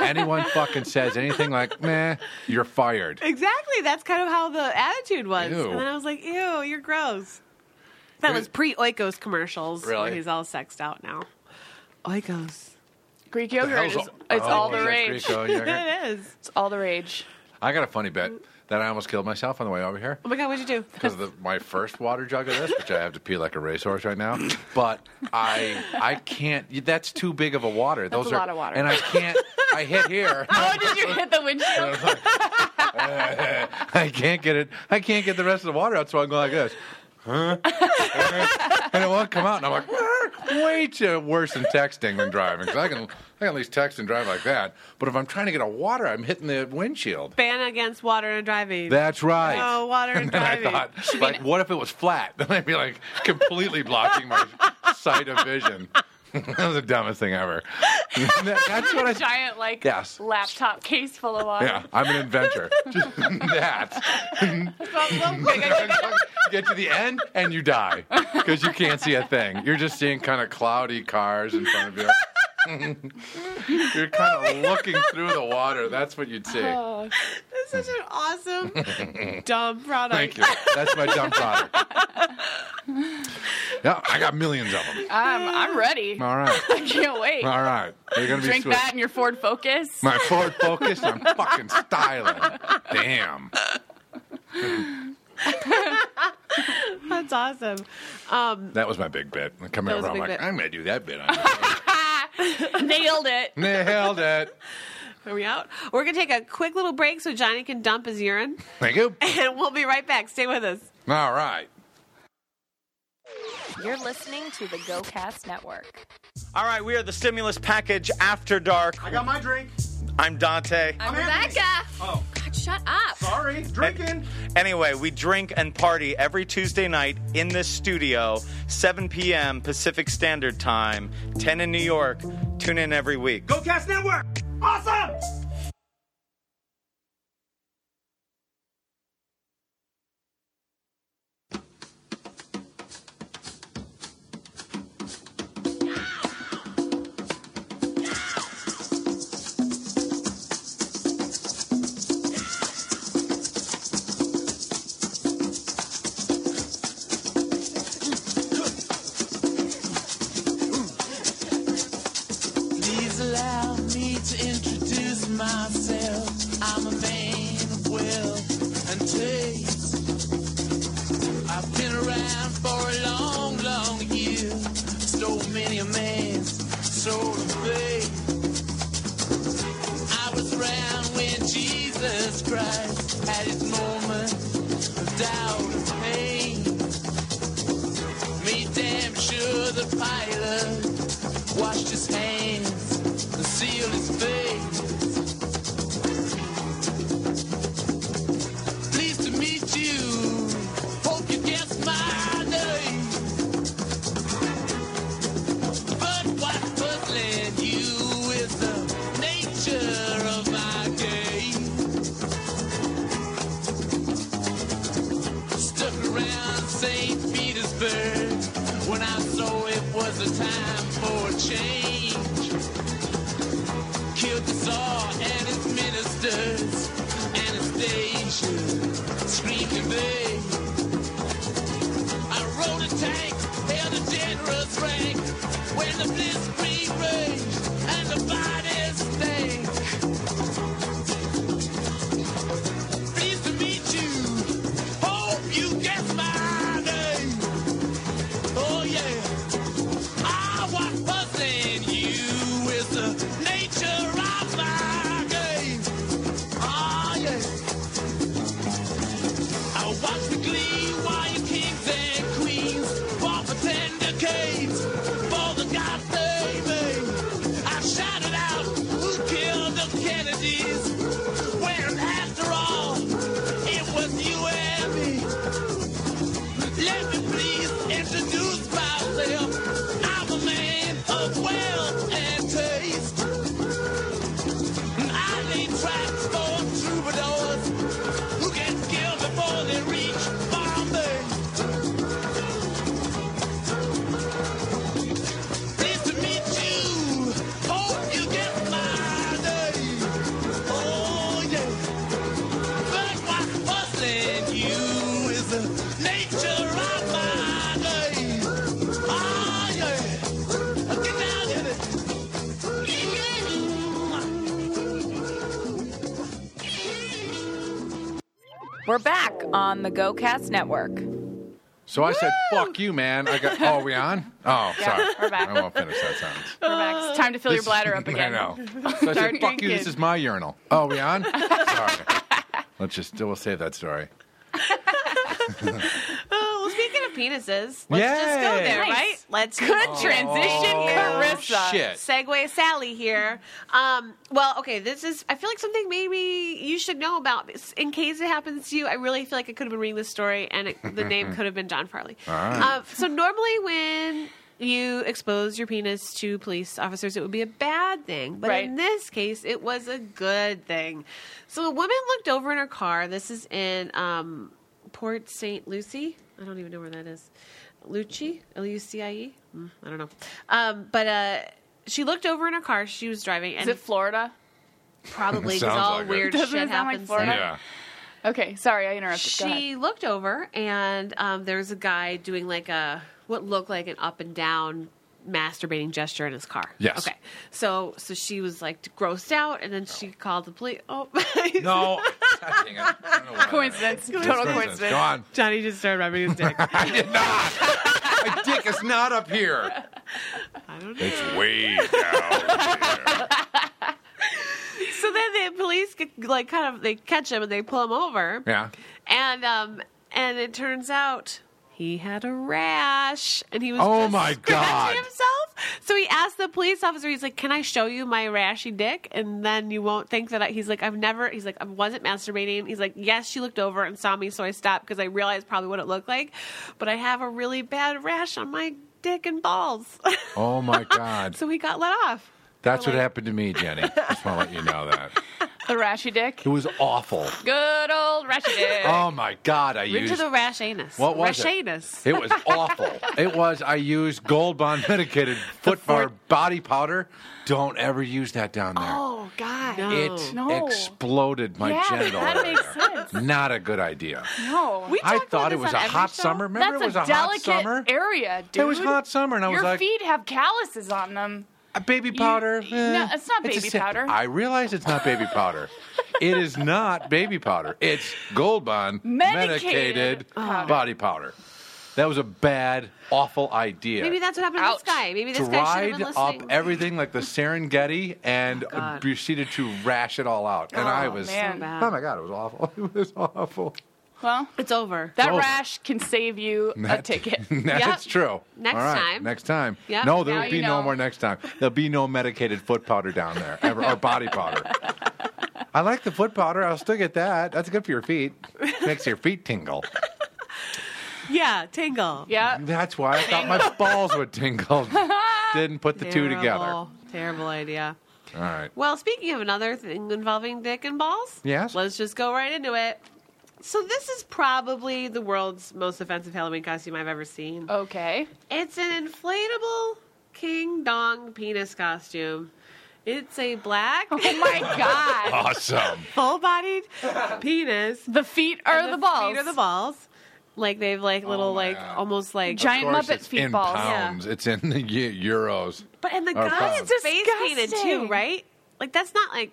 [SPEAKER 1] Anyone fucking says anything like, meh, you're fired.
[SPEAKER 2] Exactly. That's kind of how the attitude was.
[SPEAKER 1] Ew.
[SPEAKER 2] And then I was like, ew, you're gross. That was pre Oikos commercials where
[SPEAKER 1] Really?
[SPEAKER 2] he's all sexed out now. Oikos.
[SPEAKER 3] Greek yogurt is
[SPEAKER 1] Hell's-
[SPEAKER 3] it's all the
[SPEAKER 1] is that
[SPEAKER 3] rage.
[SPEAKER 1] Greek yogurt?
[SPEAKER 2] It is.
[SPEAKER 3] It's all the rage.
[SPEAKER 1] I got a funny bit that I almost killed myself on the way over here.
[SPEAKER 2] Oh my God, what'd you do?
[SPEAKER 1] because of the- my first water jug of this, which I have to pee like a racehorse right now. But I I can't. That's too big of a water. Those
[SPEAKER 3] a
[SPEAKER 1] are
[SPEAKER 3] lot of water.
[SPEAKER 1] and I can't. I hit here.
[SPEAKER 3] Oh, did you hit the windshield?
[SPEAKER 1] I can't get it. I can't get the rest of the water out. So I'm going like this. Huh? and it won't come out. And I'm like, "Wah." way too worse than texting than driving. Because I can, I can at least text and drive like that. But if I'm trying to get a water, I'm hitting the windshield.
[SPEAKER 2] Ban against water and driving.
[SPEAKER 1] That's right.
[SPEAKER 2] Oh, water and,
[SPEAKER 1] And then I
[SPEAKER 2] driving.
[SPEAKER 1] thought, like, what if it was flat? Then I'd be like completely blocking my sight of vision. that was the dumbest thing ever. That- that's what I.
[SPEAKER 3] Giant like
[SPEAKER 1] Yes.
[SPEAKER 3] laptop case full of water.
[SPEAKER 1] Yeah, I'm an inventor. Just that. Get to the end and you die because you can't see a thing. You're just seeing kind of cloudy cars in front of you. You're kind of looking through the water. That's what you'd see.
[SPEAKER 3] Oh,
[SPEAKER 2] That's such an awesome, dumb product.
[SPEAKER 1] Thank you. That's my dumb product. Yeah, I got millions of them.
[SPEAKER 3] I'm, I'm ready.
[SPEAKER 1] All right.
[SPEAKER 3] I can't wait.
[SPEAKER 1] All right. They're going to be
[SPEAKER 3] Drink
[SPEAKER 1] sweet.
[SPEAKER 3] that in your Ford Focus.
[SPEAKER 1] My Ford Focus, I'm fucking styling. Damn.
[SPEAKER 2] That's awesome.
[SPEAKER 1] That was my big bit. I come
[SPEAKER 2] That was
[SPEAKER 1] over,
[SPEAKER 2] a
[SPEAKER 1] I'm
[SPEAKER 2] big
[SPEAKER 1] like,
[SPEAKER 2] bit.
[SPEAKER 1] I'm going to do that bit. On you."
[SPEAKER 3] Nailed it.
[SPEAKER 1] Nailed it.
[SPEAKER 2] Are we out? We're going to take a quick little break so Johnny can dump his urine,
[SPEAKER 1] Thank you.
[SPEAKER 2] and we'll be right back. Stay with us.
[SPEAKER 1] All right.
[SPEAKER 5] You're listening to the GoCast Network.
[SPEAKER 6] All right, we are the stimulus package after dark.
[SPEAKER 7] I got my drink.
[SPEAKER 6] I'm Dante.
[SPEAKER 5] I'm
[SPEAKER 7] Anthony.
[SPEAKER 5] Rebecca.
[SPEAKER 7] Oh.
[SPEAKER 5] God, shut up.
[SPEAKER 7] Sorry, drinking.
[SPEAKER 6] Anyway, we drink and party every Tuesday night in this studio, 7 p.m. Pacific Standard Time, 10 in New York. Tune in every week.
[SPEAKER 7] GoCast Network. Awesome.
[SPEAKER 8] These St. Petersburg when I saw it was a time for a change. Killed the Tsar and his ministers, Anastasia screamed in vain. I rode a tank, held a generous rank when the blitzkrieg raged and the bodies stank. Pleased to meet you. Hope you guess my name. Oh yeah. I was buzzing you is the nature of my game. Ah yeah. I watch the glee while you kings and queens fall for tender caves. For the God baby. I shouted out who killed the Kennedys. When after all, it was you and me. Let me please introduce myself. I'm a man of wealth and taste. I lay traps for troubadours who can kill before they reach Bombay. Pleased to meet you. Hope you get my name. Oh yeah. But what buzzing you is the nature of my name. Ah yeah. Get down in it.
[SPEAKER 5] We're back on the GoCast Network.
[SPEAKER 1] So I said, "Fuck you, man." I got. Oh, are we on? Oh, sorry.
[SPEAKER 3] we're back.
[SPEAKER 1] I won't finish that sentence.
[SPEAKER 3] We're back. It's time to fill your
[SPEAKER 1] This-
[SPEAKER 3] bladder up again.
[SPEAKER 1] I know. So I said,
[SPEAKER 3] Start
[SPEAKER 1] "Fuck you. This
[SPEAKER 3] drinking.
[SPEAKER 1] is my urinal." Oh, we on? Sorry. Let's just. We'll save that story.
[SPEAKER 2] Oh, well, speaking of penises, let's just go
[SPEAKER 1] Yay.
[SPEAKER 2] there,
[SPEAKER 5] Nice.
[SPEAKER 2] right? Let's
[SPEAKER 5] Good transition,
[SPEAKER 3] Oh.
[SPEAKER 5] Carissa.
[SPEAKER 1] Oh, Shit.
[SPEAKER 2] Segway Sally here. Um, well, okay, this is, I feel like something maybe you should know about this. in case it happens to you. I really feel like I could have been reading this story and it, the name could have been John Farley.
[SPEAKER 1] All right.
[SPEAKER 2] Uh, so, normally when you expose your penis to police officers, it would be a bad thing. But
[SPEAKER 3] Right.
[SPEAKER 2] in this case, it was a good thing. So, a woman looked over in her car. This is in um, Port St. Lucie. I don't even know where that is. Lucci, L U C I E. Mm, I don't know. Um, but uh, she looked over in her car. She was driving,
[SPEAKER 3] Is
[SPEAKER 2] and
[SPEAKER 3] it Florida?
[SPEAKER 2] probably because
[SPEAKER 1] Sounds
[SPEAKER 2] all
[SPEAKER 1] like it.
[SPEAKER 2] weird
[SPEAKER 3] Doesn't
[SPEAKER 2] shit
[SPEAKER 3] it sound like
[SPEAKER 2] happens.
[SPEAKER 3] Florida?
[SPEAKER 2] there.
[SPEAKER 1] Yeah.
[SPEAKER 3] Okay, sorry, I interrupted. Go ahead.
[SPEAKER 2] She looked over, and um, there was a guy doing like a what looked like an up and down masturbating gesture in his car.
[SPEAKER 1] Yes.
[SPEAKER 2] Okay. So so she was like grossed out, and then she called the police. Oh,
[SPEAKER 1] No. Dang it. I don't know why.
[SPEAKER 3] Coincidence. Total
[SPEAKER 1] Coincidence. Go
[SPEAKER 3] coincidence.
[SPEAKER 1] on.
[SPEAKER 2] Johnny just started rubbing his dick.
[SPEAKER 1] I did not. My dick is not up here. It's way down.
[SPEAKER 2] so then the police get, like kind of they catch him and they pull him over.
[SPEAKER 1] Yeah.
[SPEAKER 2] and um and it turns out he had a rash and he was
[SPEAKER 1] Oh
[SPEAKER 2] just
[SPEAKER 1] my
[SPEAKER 2] scratching
[SPEAKER 1] God.
[SPEAKER 2] himself so he asked the police officer he's like can i show you my rashy dick and then you won't think that I, he's like i've never he's like i wasn't masturbating he's like yes she looked over and saw me so i stopped because i realized probably what it looked like but i have a really bad rash on my dick and balls
[SPEAKER 1] Oh my god.
[SPEAKER 2] so he got let off
[SPEAKER 1] That's what happened to me, Jenny. Just want to let you know that
[SPEAKER 3] The rashy dick.
[SPEAKER 1] it was awful.
[SPEAKER 3] Good old rashy dick.
[SPEAKER 1] Oh my god. I
[SPEAKER 2] into
[SPEAKER 1] used.
[SPEAKER 2] the rash anus
[SPEAKER 1] What was it?
[SPEAKER 2] rash anus
[SPEAKER 1] It was awful. It was. I used Gold Bond medicated foot bar body powder. Don't ever use that down there.
[SPEAKER 2] oh god
[SPEAKER 1] it
[SPEAKER 3] No.
[SPEAKER 1] exploded my
[SPEAKER 3] yeah,
[SPEAKER 1] genital.
[SPEAKER 3] that
[SPEAKER 1] area.
[SPEAKER 3] makes sense.
[SPEAKER 1] Not a good idea.
[SPEAKER 3] No.
[SPEAKER 2] we
[SPEAKER 1] I
[SPEAKER 2] talked about
[SPEAKER 1] thought it
[SPEAKER 2] this
[SPEAKER 1] was a
[SPEAKER 2] on every
[SPEAKER 1] hot
[SPEAKER 2] show.
[SPEAKER 1] summer. Remember,
[SPEAKER 3] That's
[SPEAKER 1] it was
[SPEAKER 3] a,
[SPEAKER 1] a, hot
[SPEAKER 3] delicate
[SPEAKER 1] summer.
[SPEAKER 3] area, dude.
[SPEAKER 1] It was hot summer, and I was
[SPEAKER 3] Your
[SPEAKER 1] like,
[SPEAKER 3] feet have calluses on them.
[SPEAKER 1] "A baby powder.
[SPEAKER 3] you-
[SPEAKER 1] eh,
[SPEAKER 3] no, it's not
[SPEAKER 1] a
[SPEAKER 3] baby
[SPEAKER 1] sa-
[SPEAKER 3] powder."
[SPEAKER 1] I realize it's not baby powder. it is not baby powder. It's Gold Bond
[SPEAKER 3] Medicated
[SPEAKER 1] medicated, body powder. That was a bad, awful idea.
[SPEAKER 2] Maybe that's what happened
[SPEAKER 3] Ouch.
[SPEAKER 2] to this guy. Maybe this guy should have
[SPEAKER 1] dried
[SPEAKER 2] been
[SPEAKER 1] up
[SPEAKER 2] listening.
[SPEAKER 1] everything like the Serengeti and uh,
[SPEAKER 2] God.
[SPEAKER 1] proceeded to rash it all out. And I was,
[SPEAKER 3] man.
[SPEAKER 1] oh my god, it was awful. It was awful.
[SPEAKER 3] Well,
[SPEAKER 2] It's over.
[SPEAKER 3] that
[SPEAKER 1] over.
[SPEAKER 3] rash can save you a
[SPEAKER 1] That-
[SPEAKER 3] ticket.
[SPEAKER 1] That's true.
[SPEAKER 2] Next
[SPEAKER 1] All right,
[SPEAKER 2] time.
[SPEAKER 1] Next time.
[SPEAKER 2] Yep.
[SPEAKER 1] No, there
[SPEAKER 3] Now
[SPEAKER 1] will be
[SPEAKER 3] you know.
[SPEAKER 1] no more next time. There'll be no medicated foot powder down there ever, or body powder. I like the foot powder. I'll still get that. That's good for your feet. Makes your feet tingle.
[SPEAKER 2] yeah, tingle.
[SPEAKER 3] yeah.
[SPEAKER 1] That's why I thought my balls would tingle. Didn't put the two together. All
[SPEAKER 2] Terrible idea.
[SPEAKER 1] right.
[SPEAKER 2] Well, speaking of another thing involving dick and balls,
[SPEAKER 1] Yes?
[SPEAKER 2] let's just go right into it. So this is probably the world's most offensive Halloween costume I've ever seen.
[SPEAKER 3] Okay.
[SPEAKER 2] It's an inflatable king dong penis costume. It's a black
[SPEAKER 3] Oh my god.
[SPEAKER 1] Awesome.
[SPEAKER 2] full-bodied penis.
[SPEAKER 3] The feet are the, balls.
[SPEAKER 2] Feet are the balls. Like they've like little
[SPEAKER 1] Oh, my
[SPEAKER 2] like
[SPEAKER 1] God.
[SPEAKER 2] almost like
[SPEAKER 3] Giant-
[SPEAKER 1] Of course,
[SPEAKER 3] Muppet
[SPEAKER 1] it's
[SPEAKER 3] feet
[SPEAKER 1] in
[SPEAKER 3] balls.
[SPEAKER 1] pounds. It's in the eu- euros.
[SPEAKER 2] But and the
[SPEAKER 1] Or
[SPEAKER 2] guy is
[SPEAKER 1] pounds.
[SPEAKER 2] face painted too,
[SPEAKER 3] Disgusting.
[SPEAKER 2] right? Like that's not like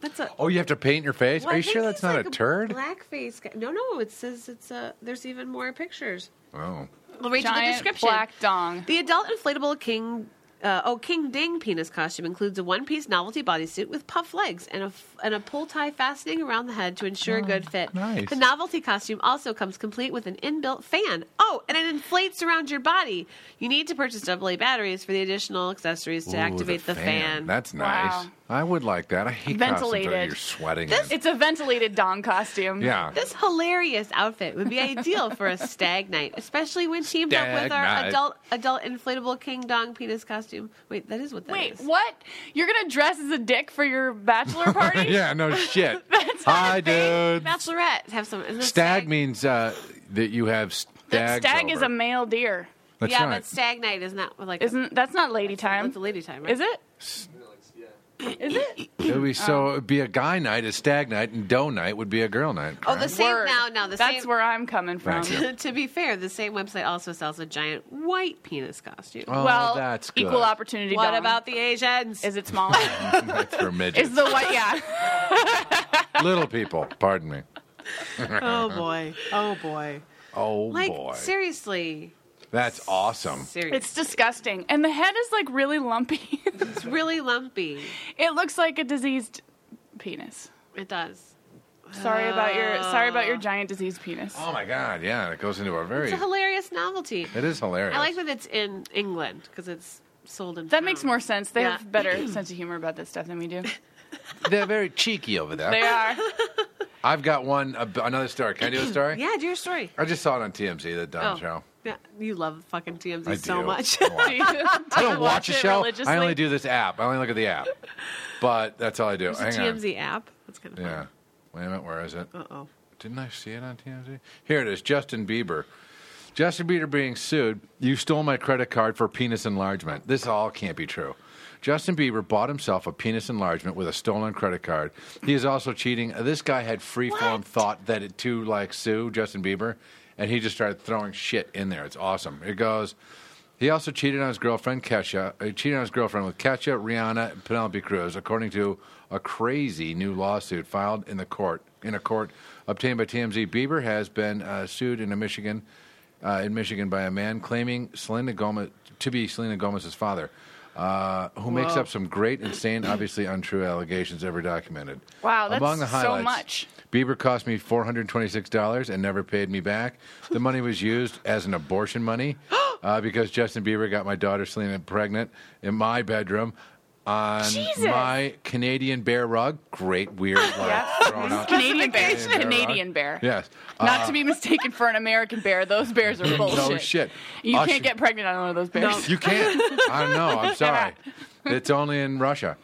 [SPEAKER 2] that's a
[SPEAKER 1] Oh, you have to paint your face?
[SPEAKER 2] Well,
[SPEAKER 1] Are
[SPEAKER 2] I
[SPEAKER 1] you
[SPEAKER 2] think
[SPEAKER 1] sure
[SPEAKER 2] he's
[SPEAKER 1] that's not
[SPEAKER 2] like
[SPEAKER 1] a turd?
[SPEAKER 2] Blackface guy. No, no, it says it's a. There's even more pictures.
[SPEAKER 1] Oh.
[SPEAKER 2] I'll read you
[SPEAKER 3] Giant
[SPEAKER 2] the description.
[SPEAKER 3] black dong.
[SPEAKER 2] The adult inflatable king. Uh, oh, King Ding penis costume includes a one-piece novelty bodysuit with puff legs and a f- and a pull tie fastening around the head to ensure a good fit.
[SPEAKER 1] Oh, nice.
[SPEAKER 2] The novelty costume also comes complete with an inbuilt fan. Oh, and it inflates around your body. You need to purchase AA batteries for the additional accessories to
[SPEAKER 1] Ooh,
[SPEAKER 2] activate the, fan.
[SPEAKER 1] That's nice.
[SPEAKER 3] Wow.
[SPEAKER 1] I would like that. I hate costumes that
[SPEAKER 3] Ventilated.
[SPEAKER 1] you're sweating.
[SPEAKER 2] This-
[SPEAKER 1] in.
[SPEAKER 3] It's a ventilated dong costume.
[SPEAKER 1] yeah.
[SPEAKER 2] This hilarious outfit would be ideal for a stag night, especially when teamed up
[SPEAKER 1] Stag
[SPEAKER 2] with our
[SPEAKER 1] night.
[SPEAKER 2] adult adult inflatable King Dong penis costume. Wait, that is what that
[SPEAKER 3] Wait,
[SPEAKER 2] is.
[SPEAKER 3] what? You're gonna dress as a dick for your bachelor party?
[SPEAKER 1] yeah, no shit.
[SPEAKER 3] That's not
[SPEAKER 1] Hi,
[SPEAKER 3] a thing.
[SPEAKER 1] dude.
[SPEAKER 2] Bachelorettes have some. isn't it
[SPEAKER 1] Stag means uh, that you have
[SPEAKER 3] That
[SPEAKER 1] stag.
[SPEAKER 3] stag is a male deer.
[SPEAKER 1] That's
[SPEAKER 2] yeah,
[SPEAKER 1] right.
[SPEAKER 2] but stag night isn't that like a-
[SPEAKER 3] Isn't that's not lady time?
[SPEAKER 2] That's a lady time, right?
[SPEAKER 3] Is it? Is it?
[SPEAKER 1] It would be so. It'd be a guy night, a stag night, and doe night would be a girl night.
[SPEAKER 2] Oh, the
[SPEAKER 1] correct?
[SPEAKER 2] same
[SPEAKER 3] Word.
[SPEAKER 2] now. No, the
[SPEAKER 3] That's
[SPEAKER 2] same.
[SPEAKER 3] where I'm coming from.
[SPEAKER 1] Thank you.
[SPEAKER 2] to be fair, the same website also sells a giant white penis costume.
[SPEAKER 1] Oh,
[SPEAKER 3] well,
[SPEAKER 1] that's good.
[SPEAKER 3] equal opportunity.
[SPEAKER 2] what
[SPEAKER 3] dong.
[SPEAKER 2] about the Asians?
[SPEAKER 3] Is it small?
[SPEAKER 1] That's for midgets.
[SPEAKER 3] is the what? Yeah.
[SPEAKER 1] Little people. Pardon me.
[SPEAKER 2] oh boy! Oh boy!
[SPEAKER 1] Oh
[SPEAKER 2] Like
[SPEAKER 1] boy,
[SPEAKER 2] seriously,
[SPEAKER 1] that's awesome.
[SPEAKER 2] seriously,
[SPEAKER 3] It's disgusting, and the head is like really lumpy.
[SPEAKER 2] it's really lumpy.
[SPEAKER 3] it looks like a diseased penis.
[SPEAKER 2] It does.
[SPEAKER 3] Sorry about your sorry about
[SPEAKER 2] Ah.
[SPEAKER 3] your giant diseased penis.
[SPEAKER 1] Oh my god, yeah, it goes into a very.
[SPEAKER 2] It's a hilarious novelty.
[SPEAKER 1] It is hilarious.
[SPEAKER 2] I like that it's in England because it's sold in.
[SPEAKER 3] That makes more sense. They
[SPEAKER 2] Yeah.
[SPEAKER 3] have better sense of humor about this stuff than we do.
[SPEAKER 1] They're very cheeky over there.
[SPEAKER 3] They are.
[SPEAKER 1] I've got one, a, another story. Can I do a story?
[SPEAKER 2] Yeah, do your story.
[SPEAKER 1] I just saw it on TMZ, the dumb
[SPEAKER 2] Oh.
[SPEAKER 1] show.
[SPEAKER 2] Yeah, you love fucking TMZ
[SPEAKER 1] I
[SPEAKER 2] so
[SPEAKER 1] do.
[SPEAKER 2] much.
[SPEAKER 1] I watch-
[SPEAKER 3] I
[SPEAKER 1] I don't watch, a show. I only do this app. I only look at the app. But that's all I do.
[SPEAKER 2] There's a
[SPEAKER 1] Hang on.
[SPEAKER 2] TMZ app. That's kind of
[SPEAKER 1] Yeah. Wait a minute. Where is it?
[SPEAKER 2] fun. Uh oh.
[SPEAKER 1] Didn't I see it on TMZ? Here it is. Justin Bieber. Justin Bieber being sued. You stole my credit card for penis enlargement. This all can't be true. Justin Bieber bought himself a penis enlargement with a stolen credit card. He is also cheating. This guy had freeform
[SPEAKER 2] What?
[SPEAKER 1] thought that it to like sue Justin Bieber, and he just started throwing shit in there. It's awesome. It goes. He also cheated on his girlfriend Kesha. uh, cheated on his girlfriend with Kesha, Rihanna, and Penelope Cruz, according to a crazy new lawsuit filed in the court in a court obtained by TMZ. Bieber has been uh, sued in a Michigan uh, in Michigan by a man claiming Selena Gomez to be Selena Gomez's father, uh, who makes up some great, insane, obviously untrue allegations ever documented.
[SPEAKER 3] Wow, that's
[SPEAKER 1] Among the
[SPEAKER 3] so
[SPEAKER 1] highlights,
[SPEAKER 3] much.
[SPEAKER 1] Bieber cost me four hundred twenty-six dollars and never paid me back. The money was used as an abortion money uh, because Justin Bieber got my daughter Selena pregnant in my bedroom on
[SPEAKER 3] Jesus.
[SPEAKER 1] my Canadian bear rug. Great, weird, like thrown out. Canadian
[SPEAKER 3] Canadian bear.
[SPEAKER 1] bear rug.
[SPEAKER 3] Canadian bear.
[SPEAKER 1] Yes.
[SPEAKER 3] Not to be mistaken for an American bear. Those bears are bullshit.
[SPEAKER 1] Uh, No Uh, shit.
[SPEAKER 3] You
[SPEAKER 1] Uh,
[SPEAKER 3] can't
[SPEAKER 1] she-
[SPEAKER 3] get pregnant on one of those bears.
[SPEAKER 1] You can't. I don't know. I'm sorry. It's only in Russia.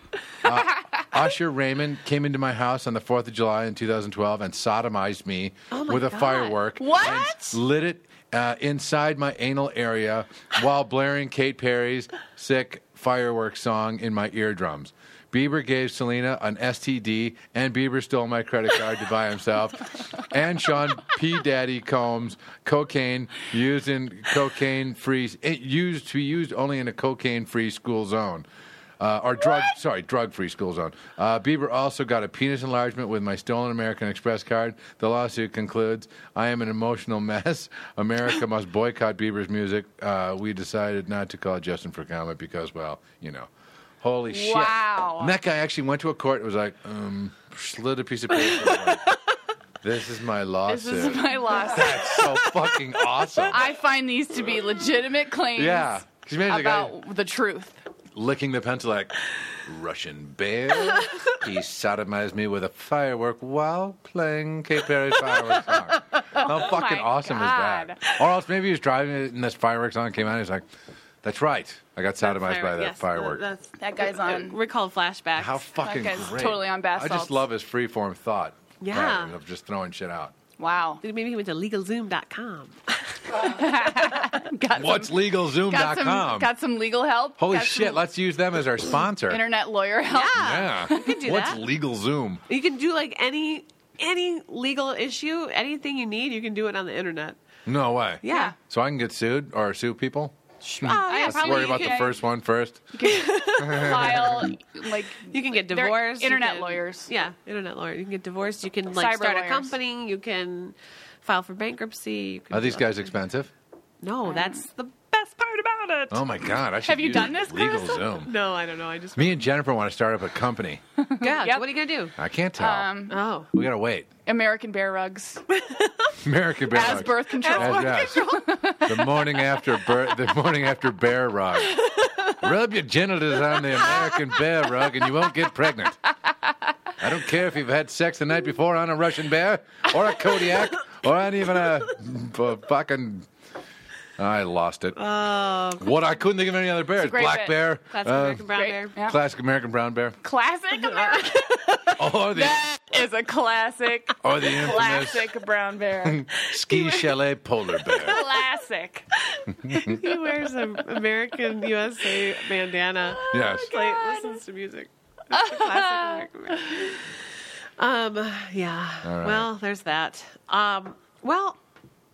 [SPEAKER 1] Uh, Usher Raymond came into my house on the 4th of July in 2012 and sodomized me
[SPEAKER 2] Oh my
[SPEAKER 1] with a
[SPEAKER 2] God.
[SPEAKER 1] firework.
[SPEAKER 3] What?
[SPEAKER 1] And lit it uh, inside my anal area while blaring Kate Perry's sick fireworks song in my eardrums. Bieber gave Selena an STD, and Bieber stole my credit card to buy himself. And Sean P. Daddy Combs cocaine used in cocaine free it used to be used only in a cocaine free school zone. Uh, or drug, sorry, drug-free school zone. Uh, Bieber also got a penis enlargement with my stolen American Express card. The lawsuit concludes: I am an emotional mess. America must boycott Bieber's music. Uh, we decided not to call Justin for comment because, well, you know, holy shit!
[SPEAKER 3] Wow.
[SPEAKER 1] And that guy actually went to a court and was like, um, slid a piece of paper. like, this is my
[SPEAKER 3] This
[SPEAKER 1] lawsuit.
[SPEAKER 3] is my loss.
[SPEAKER 1] That's so fucking awesome.
[SPEAKER 3] I find these to be legitimate claims
[SPEAKER 1] yeah. Can you imagine the guy-
[SPEAKER 3] about the truth.
[SPEAKER 1] licking the pencil like Russian bear. he sodomized me with a firework while playing Katy Perry's fireworks song. How fucking
[SPEAKER 3] Oh my
[SPEAKER 1] awesome
[SPEAKER 3] God.
[SPEAKER 1] is that? Or else maybe he was driving it and this fireworks song came out. and He's like, "That's right, I got sodomized by that firework."
[SPEAKER 2] That's,
[SPEAKER 3] That guy's on.
[SPEAKER 2] Recall flashbacks.
[SPEAKER 1] How fucking
[SPEAKER 3] guy's
[SPEAKER 1] great!
[SPEAKER 3] totally on bath
[SPEAKER 1] I just
[SPEAKER 3] salts.
[SPEAKER 1] love his freeform thought.
[SPEAKER 2] Yeah.
[SPEAKER 1] pattern of just throwing shit out.
[SPEAKER 3] Wow.
[SPEAKER 2] Maybe he went to LegalZoom.com.
[SPEAKER 3] Got
[SPEAKER 1] What's
[SPEAKER 3] got some,
[SPEAKER 1] legalzoom.com?
[SPEAKER 3] got some legal help.
[SPEAKER 1] Holy
[SPEAKER 3] got some
[SPEAKER 1] shit, let's use them as our sponsor.
[SPEAKER 3] internet lawyer help.
[SPEAKER 1] yeah.
[SPEAKER 2] do
[SPEAKER 1] What's
[SPEAKER 2] that.
[SPEAKER 1] legalzoom?
[SPEAKER 2] You can do like any any legal issue, anything you need, you can do it on the internet.
[SPEAKER 1] No way.
[SPEAKER 2] Yeah.
[SPEAKER 1] So I can get sued or sue people?
[SPEAKER 2] Oh, yeah,
[SPEAKER 3] Let's
[SPEAKER 1] Let's
[SPEAKER 2] probably
[SPEAKER 1] worry
[SPEAKER 2] you
[SPEAKER 1] about
[SPEAKER 2] can-
[SPEAKER 1] the first one first.
[SPEAKER 3] File like
[SPEAKER 2] You can get
[SPEAKER 3] They're
[SPEAKER 2] divorced. you
[SPEAKER 3] internet
[SPEAKER 2] can-
[SPEAKER 3] lawyers.
[SPEAKER 2] Yeah, internet lawyer. You can get divorced. You can like
[SPEAKER 3] Cyber
[SPEAKER 2] start a
[SPEAKER 3] lawyers.
[SPEAKER 2] company. You can file for bankruptcy. You can
[SPEAKER 1] Are
[SPEAKER 2] do
[SPEAKER 1] these
[SPEAKER 2] all
[SPEAKER 1] guys
[SPEAKER 2] that.
[SPEAKER 1] expensive?
[SPEAKER 2] No, that's the best part about it.
[SPEAKER 1] Oh my god! I should
[SPEAKER 3] Have you
[SPEAKER 1] use
[SPEAKER 3] done this, Carson?
[SPEAKER 1] LegalZoom.
[SPEAKER 2] No, I don't know. I just
[SPEAKER 1] Me and Jennifer want to start up a company.
[SPEAKER 2] yeah.
[SPEAKER 3] Yep.
[SPEAKER 2] What are you gonna do?
[SPEAKER 1] I can't tell.
[SPEAKER 3] Um,
[SPEAKER 2] Oh,
[SPEAKER 1] we gotta wait.
[SPEAKER 3] American Bear Rugs
[SPEAKER 1] American Bear
[SPEAKER 3] as
[SPEAKER 1] Rug.
[SPEAKER 3] birth control.
[SPEAKER 1] As- yes. the morning after bear, the morning after bear rug. Rub your genitals on the American bear rug and you won't get pregnant. I don't care if you've had sex the night before on a Russian bear or a Kodiak or on even a, a fucking. I lost it. what I couldn't think of any other bear.
[SPEAKER 3] great
[SPEAKER 1] Black
[SPEAKER 3] bit.
[SPEAKER 1] bear,
[SPEAKER 2] that's
[SPEAKER 1] uh,
[SPEAKER 2] Oh, American brown
[SPEAKER 3] Great.
[SPEAKER 2] bear.
[SPEAKER 3] Yeah.
[SPEAKER 1] classic American brown bear,
[SPEAKER 3] Classic American
[SPEAKER 1] or the
[SPEAKER 3] is a classic,
[SPEAKER 1] or Oh, the infamous
[SPEAKER 3] classic brown bear.
[SPEAKER 1] ski chalet polar bear.
[SPEAKER 3] classic.
[SPEAKER 2] He wears an American USA bandana.
[SPEAKER 1] Yes.
[SPEAKER 2] Play, listens to music. It's a classic American band. Um. Yeah.
[SPEAKER 1] right.
[SPEAKER 2] Well, there's that. Um. Well,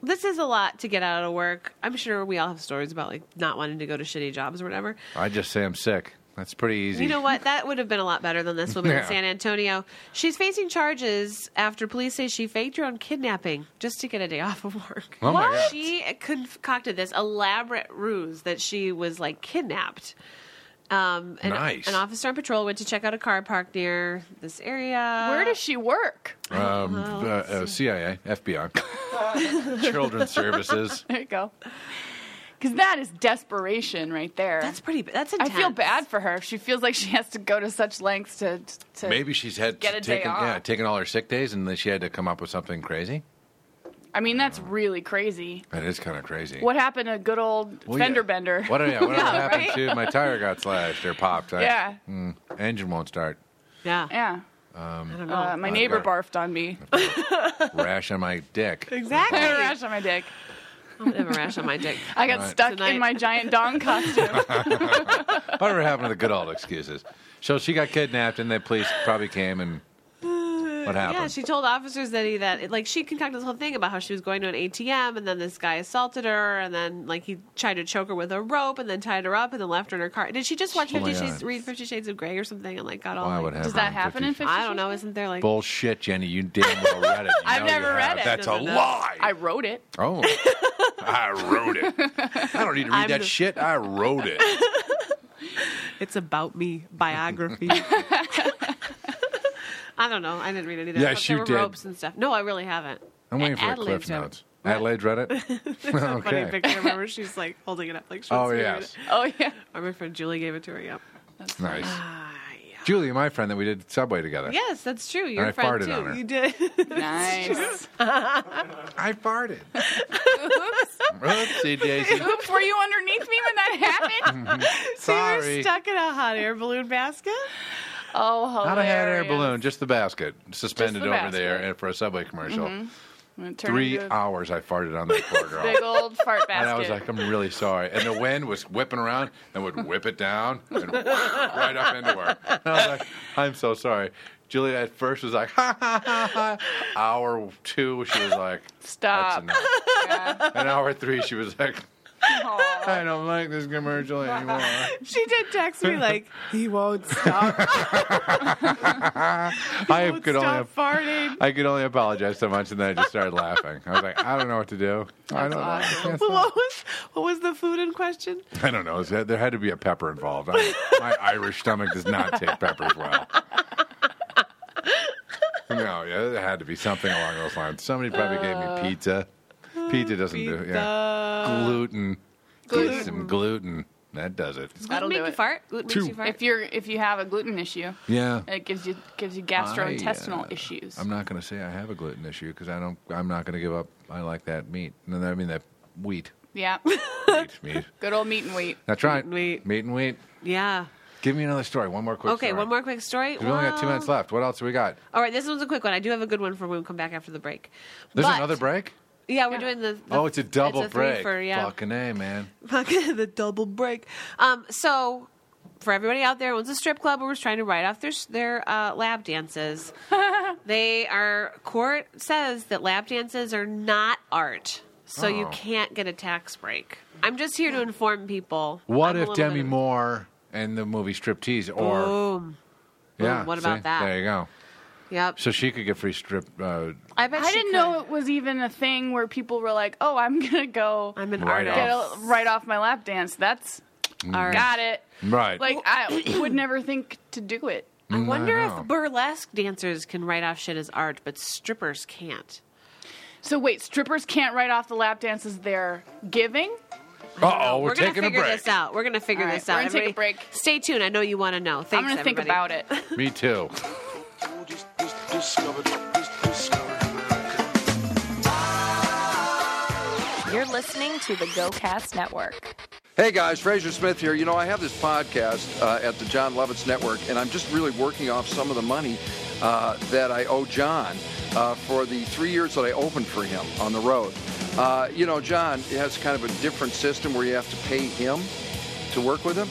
[SPEAKER 2] this is a lot to get out of work. I'm sure we all have stories about like not wanting to go to shitty jobs or whatever.
[SPEAKER 1] I just say I'm sick. That's pretty easy.
[SPEAKER 2] You know what? That would have been a lot better than this woman
[SPEAKER 1] Yeah.
[SPEAKER 2] in San Antonio. She's facing charges after police say she faked her own kidnapping just to get a day off of work.
[SPEAKER 1] Oh, my God.
[SPEAKER 2] She concocted this elaborate ruse that she was like kidnapped. Um, and
[SPEAKER 1] Nice.
[SPEAKER 2] An officer on patrol went to check out a car parked near this area.
[SPEAKER 3] Where does she work? oh,
[SPEAKER 1] Um, uh, uh, CIA, FBI, Children's Services.
[SPEAKER 3] There you go. Because that is desperation right there.
[SPEAKER 2] That's pretty. That's
[SPEAKER 3] I
[SPEAKER 2] intense.
[SPEAKER 3] feel bad for her. She feels like she has to go to such lengths to to
[SPEAKER 1] Maybe she's had
[SPEAKER 3] Get a day
[SPEAKER 1] taken, yeah,
[SPEAKER 3] off.
[SPEAKER 1] taken all her sick days, and then she had to come up with something crazy.
[SPEAKER 3] I mean, that's really crazy.
[SPEAKER 1] That is kind of crazy.
[SPEAKER 3] What happened to good old
[SPEAKER 1] Well, yeah.
[SPEAKER 3] fender bender?
[SPEAKER 1] What, yeah, whatever
[SPEAKER 3] Yeah,
[SPEAKER 1] happened
[SPEAKER 3] right?
[SPEAKER 1] to my tire got slashed or popped? I-
[SPEAKER 3] Yeah.
[SPEAKER 1] mm, engine won't start.
[SPEAKER 2] Yeah.
[SPEAKER 3] Yeah.
[SPEAKER 2] I don't know.
[SPEAKER 3] Uh, my
[SPEAKER 1] Um, I
[SPEAKER 3] neighbor
[SPEAKER 1] got
[SPEAKER 3] barfed on me.
[SPEAKER 1] Rash on my dick.
[SPEAKER 2] exactly.
[SPEAKER 3] I had a
[SPEAKER 2] I
[SPEAKER 3] rash on my dick.
[SPEAKER 2] don't have a rash on my dick.
[SPEAKER 3] I got
[SPEAKER 1] Right.
[SPEAKER 3] stuck
[SPEAKER 2] Tonight.
[SPEAKER 3] in my giant dong costume.
[SPEAKER 1] Whatever happened to the good old excuses? So she got kidnapped, and the police probably came and what happened?
[SPEAKER 2] Yeah, she told officers that he that like she concocted this whole thing about how she was going to an ATM and then this guy assaulted her and then like he tried to choke her with a rope and then tied her up and then left her in her car. Did she just watch
[SPEAKER 1] Oh my
[SPEAKER 2] Fifty Shades
[SPEAKER 1] God.
[SPEAKER 2] read Fifty Shades of Grey or something and like got all
[SPEAKER 1] Why
[SPEAKER 2] like,
[SPEAKER 1] would
[SPEAKER 3] Does that happen in
[SPEAKER 1] 50?
[SPEAKER 3] Fifty
[SPEAKER 2] I don't
[SPEAKER 3] Shades?
[SPEAKER 2] know, isn't there like
[SPEAKER 1] Bullshit, Jenny. You damn well read it. You
[SPEAKER 3] I've
[SPEAKER 1] know you
[SPEAKER 3] never
[SPEAKER 1] have.
[SPEAKER 3] read it.
[SPEAKER 1] That's
[SPEAKER 2] No,
[SPEAKER 1] a
[SPEAKER 2] no, no.
[SPEAKER 1] lie.
[SPEAKER 3] I wrote it.
[SPEAKER 1] Oh, I wrote it. I don't need to read
[SPEAKER 2] I'm
[SPEAKER 1] that
[SPEAKER 2] the-
[SPEAKER 1] shit. I wrote it.
[SPEAKER 2] it's about me biography? I don't know. I didn't read any of that.
[SPEAKER 1] Yes,
[SPEAKER 2] But there
[SPEAKER 1] you
[SPEAKER 2] were
[SPEAKER 1] did.
[SPEAKER 2] ropes and stuff. No, I really haven't.
[SPEAKER 1] I'm waiting for
[SPEAKER 2] Adelaide's
[SPEAKER 1] the cliff
[SPEAKER 2] read it.
[SPEAKER 1] notes. Adelaide read it.
[SPEAKER 2] A Funny
[SPEAKER 1] okay.
[SPEAKER 2] picture. Remember, she's like holding it up like. She's
[SPEAKER 1] Oh
[SPEAKER 2] reading
[SPEAKER 1] yes,
[SPEAKER 2] it.
[SPEAKER 3] Oh yeah.
[SPEAKER 2] Or my friend Julie gave it to her. Yep.
[SPEAKER 1] nice.
[SPEAKER 2] Ah.
[SPEAKER 1] Julie, my friend that we did subway together.
[SPEAKER 2] Yes, that's true. Your
[SPEAKER 1] I
[SPEAKER 2] friend
[SPEAKER 1] farted
[SPEAKER 2] too.
[SPEAKER 1] on her.
[SPEAKER 2] You did.
[SPEAKER 3] Nice.
[SPEAKER 1] I farted. Oopsie daisy.
[SPEAKER 3] Oops, were you underneath me when that happened?
[SPEAKER 2] You were
[SPEAKER 1] Sorry.
[SPEAKER 2] stuck in a hot air balloon basket.
[SPEAKER 3] Oh, hilarious.
[SPEAKER 1] Not a hot air balloon, just the basket suspended
[SPEAKER 3] Just the
[SPEAKER 1] over there
[SPEAKER 3] basket.
[SPEAKER 1] and for a subway commercial.
[SPEAKER 3] It turned
[SPEAKER 1] Three
[SPEAKER 3] into a
[SPEAKER 1] hours I farted on that poor girl.
[SPEAKER 3] Big old fart basket.
[SPEAKER 1] And I was like, I'm really sorry. And the wind was whipping around and would whip it down and right up into her. And I was like, I'm so sorry. Julia at first was like, ha ha ha ha. Hour two, she was like, that's
[SPEAKER 3] Stop.
[SPEAKER 1] enough. And hour three, she was like,
[SPEAKER 3] Aw.
[SPEAKER 1] I don't like this commercial anymore.
[SPEAKER 2] She did text me like, "He won't stop.
[SPEAKER 1] I
[SPEAKER 2] won't
[SPEAKER 1] could only.
[SPEAKER 2] "Oh, stop farting.
[SPEAKER 1] I could only apologize so much, and then I just started laughing. I was like, I don't know what to do. I don't know. I, can't stop.
[SPEAKER 2] What was what was the food in question?
[SPEAKER 1] I don't know. There had to be a pepper involved. I, my Irish stomach does not take peppers well. No, yeah, there had to be something along those lines. Somebody probably
[SPEAKER 2] Uh,
[SPEAKER 1] gave me pizza. Pizza doesn't do yeah. Gluten. gluten. Some gluten. That does it.
[SPEAKER 3] That'll
[SPEAKER 2] make
[SPEAKER 3] do
[SPEAKER 2] you
[SPEAKER 3] it.
[SPEAKER 2] fart. Gluten makes
[SPEAKER 1] Two.
[SPEAKER 2] you fart.
[SPEAKER 3] If you're if you have a gluten issue,
[SPEAKER 1] Yeah.
[SPEAKER 3] it gives you gives you gastrointestinal
[SPEAKER 1] I, uh,
[SPEAKER 3] issues.
[SPEAKER 1] I'm not going to say I have a gluten issue because I don't. I'm not going to give up. I like that meat. No, I mean that wheat.
[SPEAKER 3] yeah.
[SPEAKER 1] Wheat, meat.
[SPEAKER 3] Good old meat and wheat.
[SPEAKER 1] That's right.
[SPEAKER 2] and wheat.
[SPEAKER 1] Meat and wheat.
[SPEAKER 2] yeah.
[SPEAKER 1] Give me another story. One more quick.
[SPEAKER 2] Okay,
[SPEAKER 1] story.
[SPEAKER 2] one more quick story.
[SPEAKER 1] We only got two
[SPEAKER 2] Well,
[SPEAKER 1] minutes left. What else do we got?
[SPEAKER 2] All right, this one's a quick one. I do have a good one for when we come back after the break.
[SPEAKER 1] There's
[SPEAKER 2] But-
[SPEAKER 1] another break.
[SPEAKER 2] Yeah, we're doing the, the-
[SPEAKER 1] oh, it's a double
[SPEAKER 2] it's a
[SPEAKER 1] break.
[SPEAKER 2] threefer, yeah.
[SPEAKER 1] Fucking a man.
[SPEAKER 2] the double break. Um, so for everybody out there, who owns a strip club who was trying to write off their their uh, lap dances, they are court says that lap dances are not art, so you
[SPEAKER 1] Oh.
[SPEAKER 2] can't get a tax break. I'm just here to inform people.
[SPEAKER 1] What
[SPEAKER 2] I'm a
[SPEAKER 1] if
[SPEAKER 2] little
[SPEAKER 1] Demi
[SPEAKER 2] bit of-
[SPEAKER 1] Moore and the movie Striptease, or
[SPEAKER 2] Boom.
[SPEAKER 1] yeah,
[SPEAKER 2] Boom, what about
[SPEAKER 1] see?
[SPEAKER 2] that?
[SPEAKER 1] There you go.
[SPEAKER 2] Yep.
[SPEAKER 1] So she could get free strip. Uh,
[SPEAKER 2] I bet
[SPEAKER 3] I
[SPEAKER 2] she
[SPEAKER 3] didn't
[SPEAKER 2] could.
[SPEAKER 3] know it was even a thing where people were like, "Oh, I'm gonna go
[SPEAKER 2] I'm an
[SPEAKER 1] Right
[SPEAKER 2] artist.
[SPEAKER 3] get
[SPEAKER 1] off.
[SPEAKER 3] a, right off my lap dance." That's
[SPEAKER 1] Mm.
[SPEAKER 2] All right.
[SPEAKER 3] got it.
[SPEAKER 1] right.
[SPEAKER 3] Like I would never think to do it.
[SPEAKER 2] I
[SPEAKER 1] Mm, I
[SPEAKER 2] wonder
[SPEAKER 1] know.
[SPEAKER 2] if burlesque dancers can write off shit as art, but strippers can't.
[SPEAKER 3] So wait, strippers can't write off the lap dances they're giving.
[SPEAKER 1] uh oh, we're,
[SPEAKER 2] We're, gonna
[SPEAKER 1] taking a
[SPEAKER 2] figure
[SPEAKER 1] break.
[SPEAKER 2] this out. We're gonna figure
[SPEAKER 3] All right,
[SPEAKER 2] this out.
[SPEAKER 3] we're gonna take a
[SPEAKER 2] Everybody-
[SPEAKER 3] break.
[SPEAKER 2] Stay tuned. I know you want to know. Thanks,
[SPEAKER 3] I'm gonna think
[SPEAKER 2] everybody.
[SPEAKER 3] about it.
[SPEAKER 1] Me too.
[SPEAKER 5] You're listening to the GoCast Network.
[SPEAKER 9] Hey guys, Fraser Smith here. You know, I have this podcast uh, at the John Lovitz Network, and I'm just really working off some of the money uh, that I owe John uh, for the three years that I opened for him on the road. Uh, you know, John has kind of a different system where you have to pay him to work with him,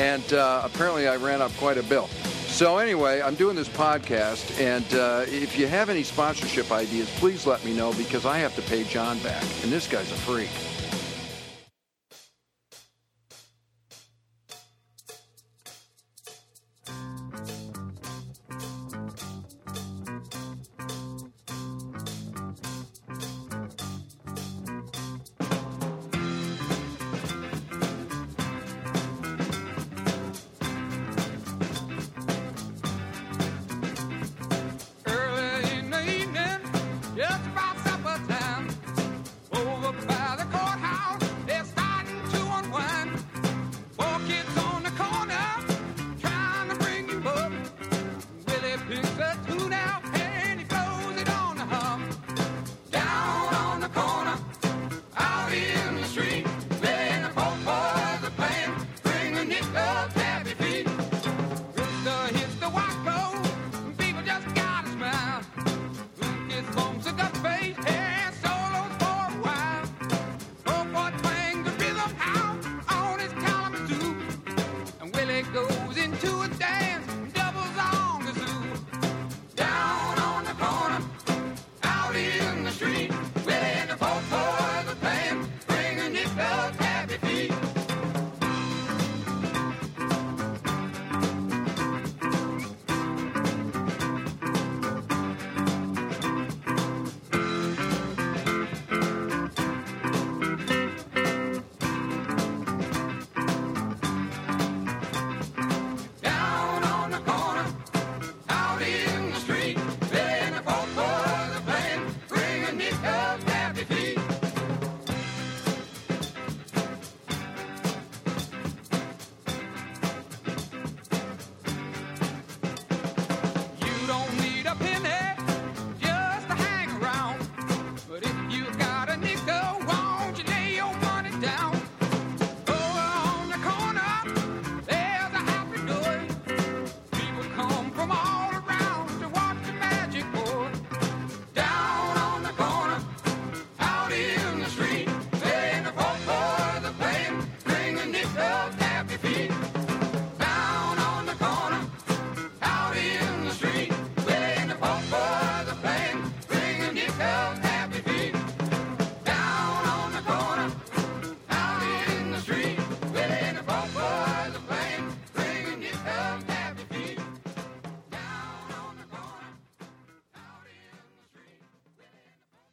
[SPEAKER 9] and uh, apparently I ran up quite a bill. So anyway, I'm doing this podcast, and uh, if you have any sponsorship ideas, please let me know because I have to pay John back, and this guy's a freak.
[SPEAKER 8] Early in the evening, just about supper time. Over by the courthouse, they're starting to unwind. Four kids on the corner, trying to bring him up. Willie picks a tune out and he blows it on the hum. Down on the corner, out in the street, laying the poor boys are playing, bringing it up happy feet. Rooster hits the white clothes, people just gotta smile. Lucas bumps a duck face and solos for a while. Beaufort bangs the rhythm out on his Kalamazoo. And Willie goes into a dance, doubles on the zoo. Down on the corner, out in the street, Willie and the boat boys are playing, bringing it up happy feet. down on the corner, out in the street, playing the folk boys are playing, bringing it up happy feet. You don't need a penny, just to hang around. But if you got a nickel, won't you lay your money down? Over on the corner, there's a happy noise. People come from all around to watch the magic boy. Down on the corner, out in the street, playing the folk boys are playing, bringing it up happy feet. Down on the corner, out in the street, playing the folk boys are playing, bringing it up happy feet. Down on the corner, out in the street, playing the folk boys are playing, bringing it up happy feet. Down on the corner, out in the street.